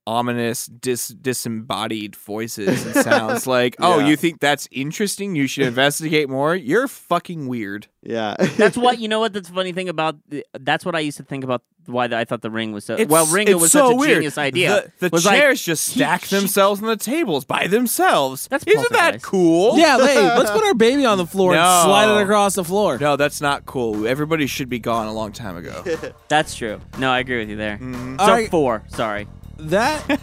[SPEAKER 3] ominous, dis- disembodied voices and sounds. like, oh,
[SPEAKER 6] Yeah.
[SPEAKER 3] you think that's interesting? You should investigate more. You're fucking weird.
[SPEAKER 6] Yeah.
[SPEAKER 5] That's what you know. What that's funny thing about the- that's what I used to think about why I thought the ring was so
[SPEAKER 3] It's-
[SPEAKER 5] well. Ringo
[SPEAKER 3] it's
[SPEAKER 5] was
[SPEAKER 3] so
[SPEAKER 5] such a
[SPEAKER 3] weird.
[SPEAKER 5] genius idea.
[SPEAKER 3] The, the
[SPEAKER 5] was like,
[SPEAKER 3] chairs just
[SPEAKER 5] he-
[SPEAKER 3] stack
[SPEAKER 5] she-
[SPEAKER 3] themselves on the tables by themselves.
[SPEAKER 5] That's
[SPEAKER 3] isn't that
[SPEAKER 5] poltergeist.
[SPEAKER 3] cool?
[SPEAKER 1] Yeah, hey, let's put our baby on the floor
[SPEAKER 3] No.
[SPEAKER 1] and slide it across the floor.
[SPEAKER 3] No, that's not cool. Everybody should be gone a long time ago.
[SPEAKER 5] That's true. No, I agree with you there. So
[SPEAKER 1] All right.
[SPEAKER 5] four. Sorry.
[SPEAKER 1] That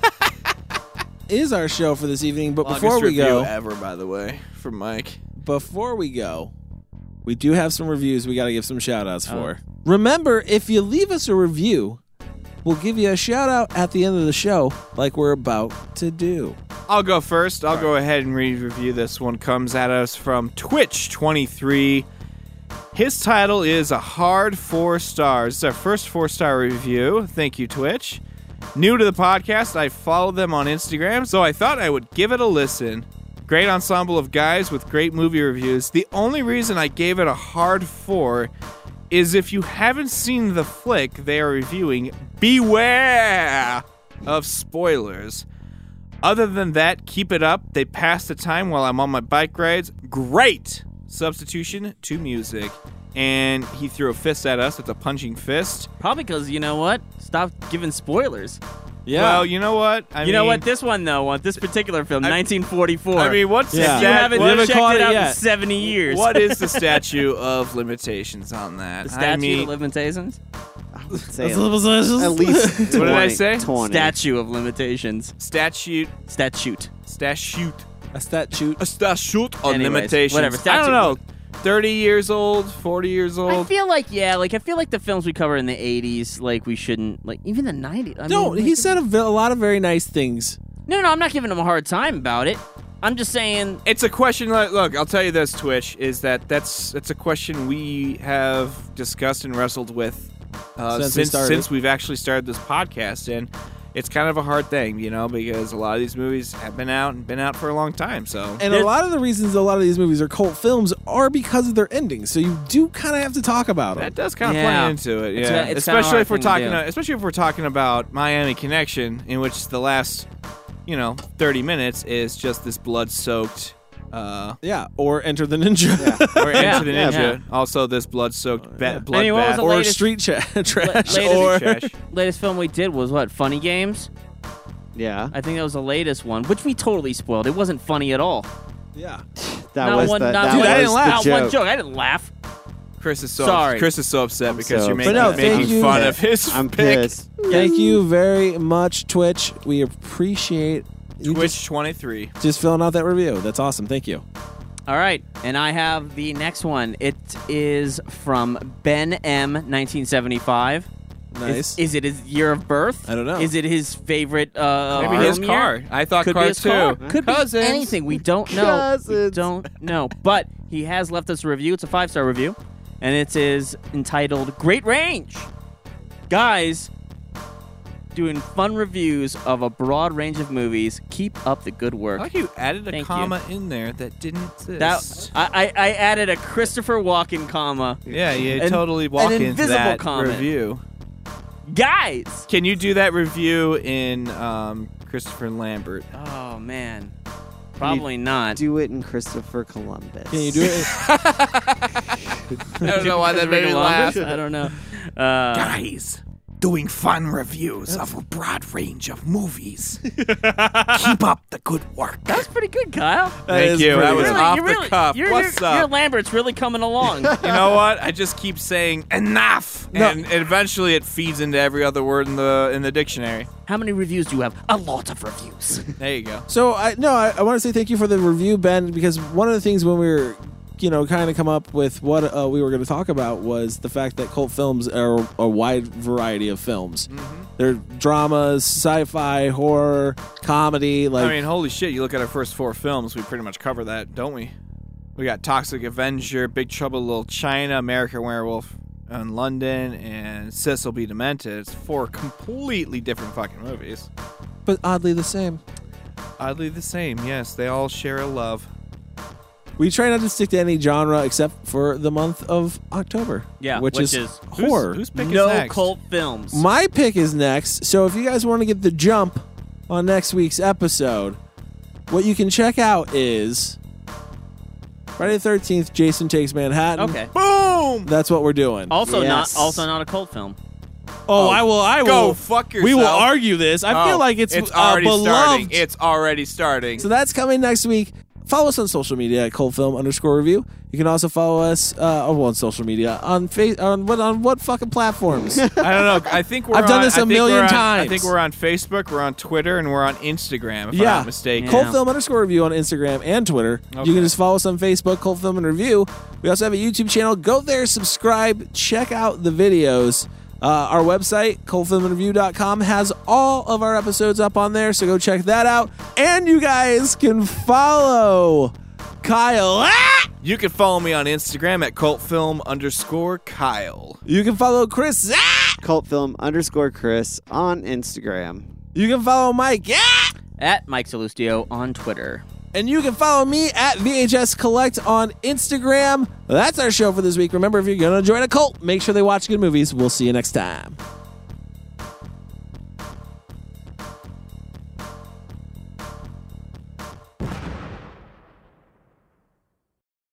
[SPEAKER 1] is our show for this evening. But before
[SPEAKER 3] Longest
[SPEAKER 1] we
[SPEAKER 3] review
[SPEAKER 1] go,
[SPEAKER 3] ever by the way, from Mike.
[SPEAKER 1] before we go, we do have some reviews we got to give some shout outs for. Remember, if you leave us a review, we'll give you a shout out at the end of the show, like we're about to do.
[SPEAKER 3] I'll go first. I'll go ahead and read review. This one comes at us from Twitch23. His title is A Hard Four Stars. It's our first four star review. Thank you, Twitch. New to the podcast, I follow them on Instagram, so I thought I would give it a listen. Great ensemble of guys with great movie reviews. The only reason I gave it a hard four is if you haven't seen the flick they are reviewing, beware of spoilers. Other than that, keep it up. They pass the time while I'm on my bike rides. Great substitution to music. And he threw a fist at us. It's a punching fist.
[SPEAKER 5] Probably because you know what? Stop giving spoilers.
[SPEAKER 1] Yeah.
[SPEAKER 3] Well, you know what? I
[SPEAKER 5] you
[SPEAKER 3] mean,
[SPEAKER 5] know what? This one though, what this particular film, 1944.
[SPEAKER 3] I mean, what's
[SPEAKER 1] Yeah.
[SPEAKER 3] the
[SPEAKER 5] you
[SPEAKER 3] stat-
[SPEAKER 5] haven't
[SPEAKER 1] we haven't
[SPEAKER 5] checked
[SPEAKER 1] caught
[SPEAKER 5] it
[SPEAKER 1] it
[SPEAKER 5] out in
[SPEAKER 1] yet.
[SPEAKER 5] 70 years.
[SPEAKER 3] what is the statue of limitations on that?
[SPEAKER 5] the statue
[SPEAKER 3] I mean,
[SPEAKER 5] of limitations?
[SPEAKER 6] Say
[SPEAKER 1] That's a little-
[SPEAKER 6] at least 20,
[SPEAKER 3] What did I say?
[SPEAKER 6] 20.
[SPEAKER 5] Statue of limitations.
[SPEAKER 3] statute,
[SPEAKER 5] Statute.
[SPEAKER 3] statute,
[SPEAKER 1] a stat shoot.
[SPEAKER 3] a statute on
[SPEAKER 5] Anyways,
[SPEAKER 3] limitations.
[SPEAKER 5] whatever,
[SPEAKER 3] I
[SPEAKER 5] statute.
[SPEAKER 3] don't know. Thirty years old, forty years
[SPEAKER 5] I
[SPEAKER 3] old.
[SPEAKER 5] feel like yeah, like I feel like the films we cover in the 80s, like we shouldn't, like even the 90s. I
[SPEAKER 1] No,
[SPEAKER 5] mean, like-
[SPEAKER 1] he said a, ve- a lot of very nice things.
[SPEAKER 5] No, no, I'm not giving him a hard time about it. I'm just saying
[SPEAKER 3] it's a question like look i'll tell you this twitch is that that's that's a question we have discussed and wrestled with
[SPEAKER 1] Since
[SPEAKER 3] uh, since
[SPEAKER 1] we
[SPEAKER 3] since,
[SPEAKER 1] started.
[SPEAKER 3] we've actually started this podcast and it's kind of a hard thing you know because a lot of these movies have been out and been out for a long time so
[SPEAKER 1] And a lot of the reasons a lot of these movies are cult films are because of their endings. So you do kind of have to talk about them.
[SPEAKER 3] that does kind of
[SPEAKER 5] Yeah.
[SPEAKER 3] play into it yeah
[SPEAKER 5] It's a- it's kinda
[SPEAKER 3] especially
[SPEAKER 5] hard
[SPEAKER 3] if we're
[SPEAKER 5] thing to
[SPEAKER 3] talking
[SPEAKER 5] do.
[SPEAKER 3] uh, especially if we're talking about miami connection in which the last you know 30 minutes is just this blood soaked uh
[SPEAKER 1] yeah, or Enter the Ninja.
[SPEAKER 3] or
[SPEAKER 5] Yeah.
[SPEAKER 3] Enter the
[SPEAKER 5] Yeah.
[SPEAKER 3] Ninja. Also, this blood-soaked ba- blood
[SPEAKER 5] I mean, what was the
[SPEAKER 1] or
[SPEAKER 5] latest-
[SPEAKER 1] Street cha- Trash.
[SPEAKER 5] latest-
[SPEAKER 1] or
[SPEAKER 3] trash.
[SPEAKER 5] latest film we did was what funny games
[SPEAKER 6] Yeah.
[SPEAKER 5] i think that was the latest one which we totally spoiled it wasn't funny at all
[SPEAKER 1] Yeah.
[SPEAKER 6] That
[SPEAKER 5] not
[SPEAKER 6] was
[SPEAKER 5] one
[SPEAKER 6] the,
[SPEAKER 5] not
[SPEAKER 6] that
[SPEAKER 5] one,
[SPEAKER 6] was
[SPEAKER 3] I didn't
[SPEAKER 6] the
[SPEAKER 3] laugh.
[SPEAKER 5] not
[SPEAKER 6] joke.
[SPEAKER 5] one joke i didn't laugh
[SPEAKER 3] Chris is so
[SPEAKER 5] Sorry.
[SPEAKER 3] Chris is so upset because
[SPEAKER 6] so
[SPEAKER 3] you're making,
[SPEAKER 6] upset. But no,
[SPEAKER 1] thank
[SPEAKER 3] making
[SPEAKER 1] you.
[SPEAKER 3] fun of his
[SPEAKER 6] I'm
[SPEAKER 3] pick.
[SPEAKER 6] pissed.
[SPEAKER 1] Thank you very much, Twitch. We appreciate you just,
[SPEAKER 3] Twitch 23.
[SPEAKER 1] just filling out that review. That's awesome. Thank you.
[SPEAKER 5] all right and i have the next one it is from ben m 1975 Is-
[SPEAKER 1] Nice.
[SPEAKER 5] Is, it his year of birth?
[SPEAKER 1] I don't know.
[SPEAKER 5] Is it his favorite? Uh,
[SPEAKER 3] Maybe his
[SPEAKER 5] film
[SPEAKER 3] car.
[SPEAKER 5] year?
[SPEAKER 3] I thought
[SPEAKER 5] Could
[SPEAKER 3] car
[SPEAKER 5] be his
[SPEAKER 3] too.
[SPEAKER 5] car. Could
[SPEAKER 3] Cousins.
[SPEAKER 5] be anything. We don't know. We
[SPEAKER 6] Cousins.
[SPEAKER 5] don't know. But he has left us a review. It's a five star review, and it is entitled "Great Range." Guys, doing fun reviews of a broad range of movies. Keep up the good
[SPEAKER 3] I
[SPEAKER 5] work.
[SPEAKER 3] like you added a
[SPEAKER 5] Thank
[SPEAKER 3] comma in there that didn't exist.
[SPEAKER 5] That I, I, I added a Christopher Walken comma.
[SPEAKER 3] yeah, you
[SPEAKER 5] an-
[SPEAKER 3] totally walk
[SPEAKER 5] an
[SPEAKER 3] into
[SPEAKER 5] invisible
[SPEAKER 3] that
[SPEAKER 5] comment.
[SPEAKER 3] review.
[SPEAKER 5] Guys.
[SPEAKER 3] Can you do that review in um, Christopher Lambert?
[SPEAKER 5] Oh man. Probably not.
[SPEAKER 6] Do it in Christopher Columbus.
[SPEAKER 1] Can you do it?
[SPEAKER 3] I don't know why that
[SPEAKER 5] Christopher
[SPEAKER 3] made me
[SPEAKER 5] Columbus?
[SPEAKER 3] laugh.
[SPEAKER 5] I don't know. Uh,
[SPEAKER 3] Guys, doing fun reviews of a broad range of movies. Keep up the good work.
[SPEAKER 5] That's pretty good, Kyle.
[SPEAKER 3] Thank
[SPEAKER 1] is
[SPEAKER 3] you.
[SPEAKER 1] pretty
[SPEAKER 3] That was
[SPEAKER 1] good.
[SPEAKER 3] off
[SPEAKER 5] you're
[SPEAKER 3] the
[SPEAKER 5] really,
[SPEAKER 3] cuff.
[SPEAKER 5] You're,
[SPEAKER 3] What's
[SPEAKER 5] you're,
[SPEAKER 3] up?
[SPEAKER 5] Your Lambert's really coming along.
[SPEAKER 3] You know what? I just keep saying enough,
[SPEAKER 1] No.
[SPEAKER 3] and eventually it feeds into every other word in the in the dictionary.
[SPEAKER 5] How many reviews do you have? A lot of reviews.
[SPEAKER 3] There you go.
[SPEAKER 1] So I no, I, I want to say thank you for the review, Ben, because one of the things when we were, you know, kind of come up with what uh, we were going to talk about was the fact that cult films are a wide variety of films.
[SPEAKER 3] Mm-hmm.
[SPEAKER 1] They're dramas, sci-fi, horror, comedy. Like
[SPEAKER 3] I mean, holy shit! You look at our first four films; we pretty much cover that, don't we? We got Toxic Avenger, Big Trouble in Little China, American Werewolf in London, and Cecil B. Demented. It's four completely different fucking movies.
[SPEAKER 1] but oddly the same.
[SPEAKER 3] Oddly the same. Yes, they all share a love.
[SPEAKER 1] We try not to stick to any genre except for the month of October.
[SPEAKER 5] Yeah,
[SPEAKER 1] which,
[SPEAKER 5] which
[SPEAKER 1] is,
[SPEAKER 5] is-
[SPEAKER 3] Who's-
[SPEAKER 1] horror.
[SPEAKER 3] Who's, picking
[SPEAKER 5] no
[SPEAKER 3] next?
[SPEAKER 5] cult films.
[SPEAKER 1] My pick is next. So if you guys want to get the jump on next week's episode. What you can check out is Friday the 13th, Jason Takes Manhattan.
[SPEAKER 5] Okay.
[SPEAKER 3] Boom!
[SPEAKER 1] That's what we're doing.
[SPEAKER 5] Also
[SPEAKER 6] Yes.
[SPEAKER 5] not also not a cult film.
[SPEAKER 1] oh, I will. I will.
[SPEAKER 3] Go fuck yourself.
[SPEAKER 1] We will argue this. I feel
[SPEAKER 3] Oh,
[SPEAKER 1] like it's, uh,
[SPEAKER 3] already starting.
[SPEAKER 1] beloved.
[SPEAKER 3] It's already starting.
[SPEAKER 1] So that's coming next week. Follow us on social media at coldfilm underscore review. You can also follow us uh, oh, well, on social media on face on what on what fucking platforms?
[SPEAKER 3] I don't know. I think we're
[SPEAKER 1] I've done
[SPEAKER 3] on-
[SPEAKER 1] this a
[SPEAKER 3] I think we're
[SPEAKER 1] million
[SPEAKER 3] on- I
[SPEAKER 1] times.
[SPEAKER 3] think we're on Facebook, we're on Twitter, and we're on Instagram. If I'm
[SPEAKER 1] yeah,
[SPEAKER 3] not mistaken.
[SPEAKER 5] Cold-
[SPEAKER 1] Coldfilm underscore review on Instagram and Twitter. You can
[SPEAKER 3] Okay.
[SPEAKER 1] just follow us on Facebook, Coldfilm and Review. We also have a YouTube channel. Go there, subscribe, check out the videos. Uh, our website, coldfilmandreview.com, has all of our episodes up on there, so go check that out. And you guys can follow Kyle. Ah!
[SPEAKER 3] You can follow me on Instagram at cultfilm underscore Kyle.
[SPEAKER 1] You can follow Chris. Ah!
[SPEAKER 6] Cult film underscore Chris on Instagram.
[SPEAKER 1] You can follow Mike. Ah! Yeah.
[SPEAKER 5] At Mike Salustio on Twitter.
[SPEAKER 1] And you can follow me at VHS Collect on Instagram. That's our show for this week. Remember, if you're going to join a cult, make sure they watch good movies. We'll see you next time.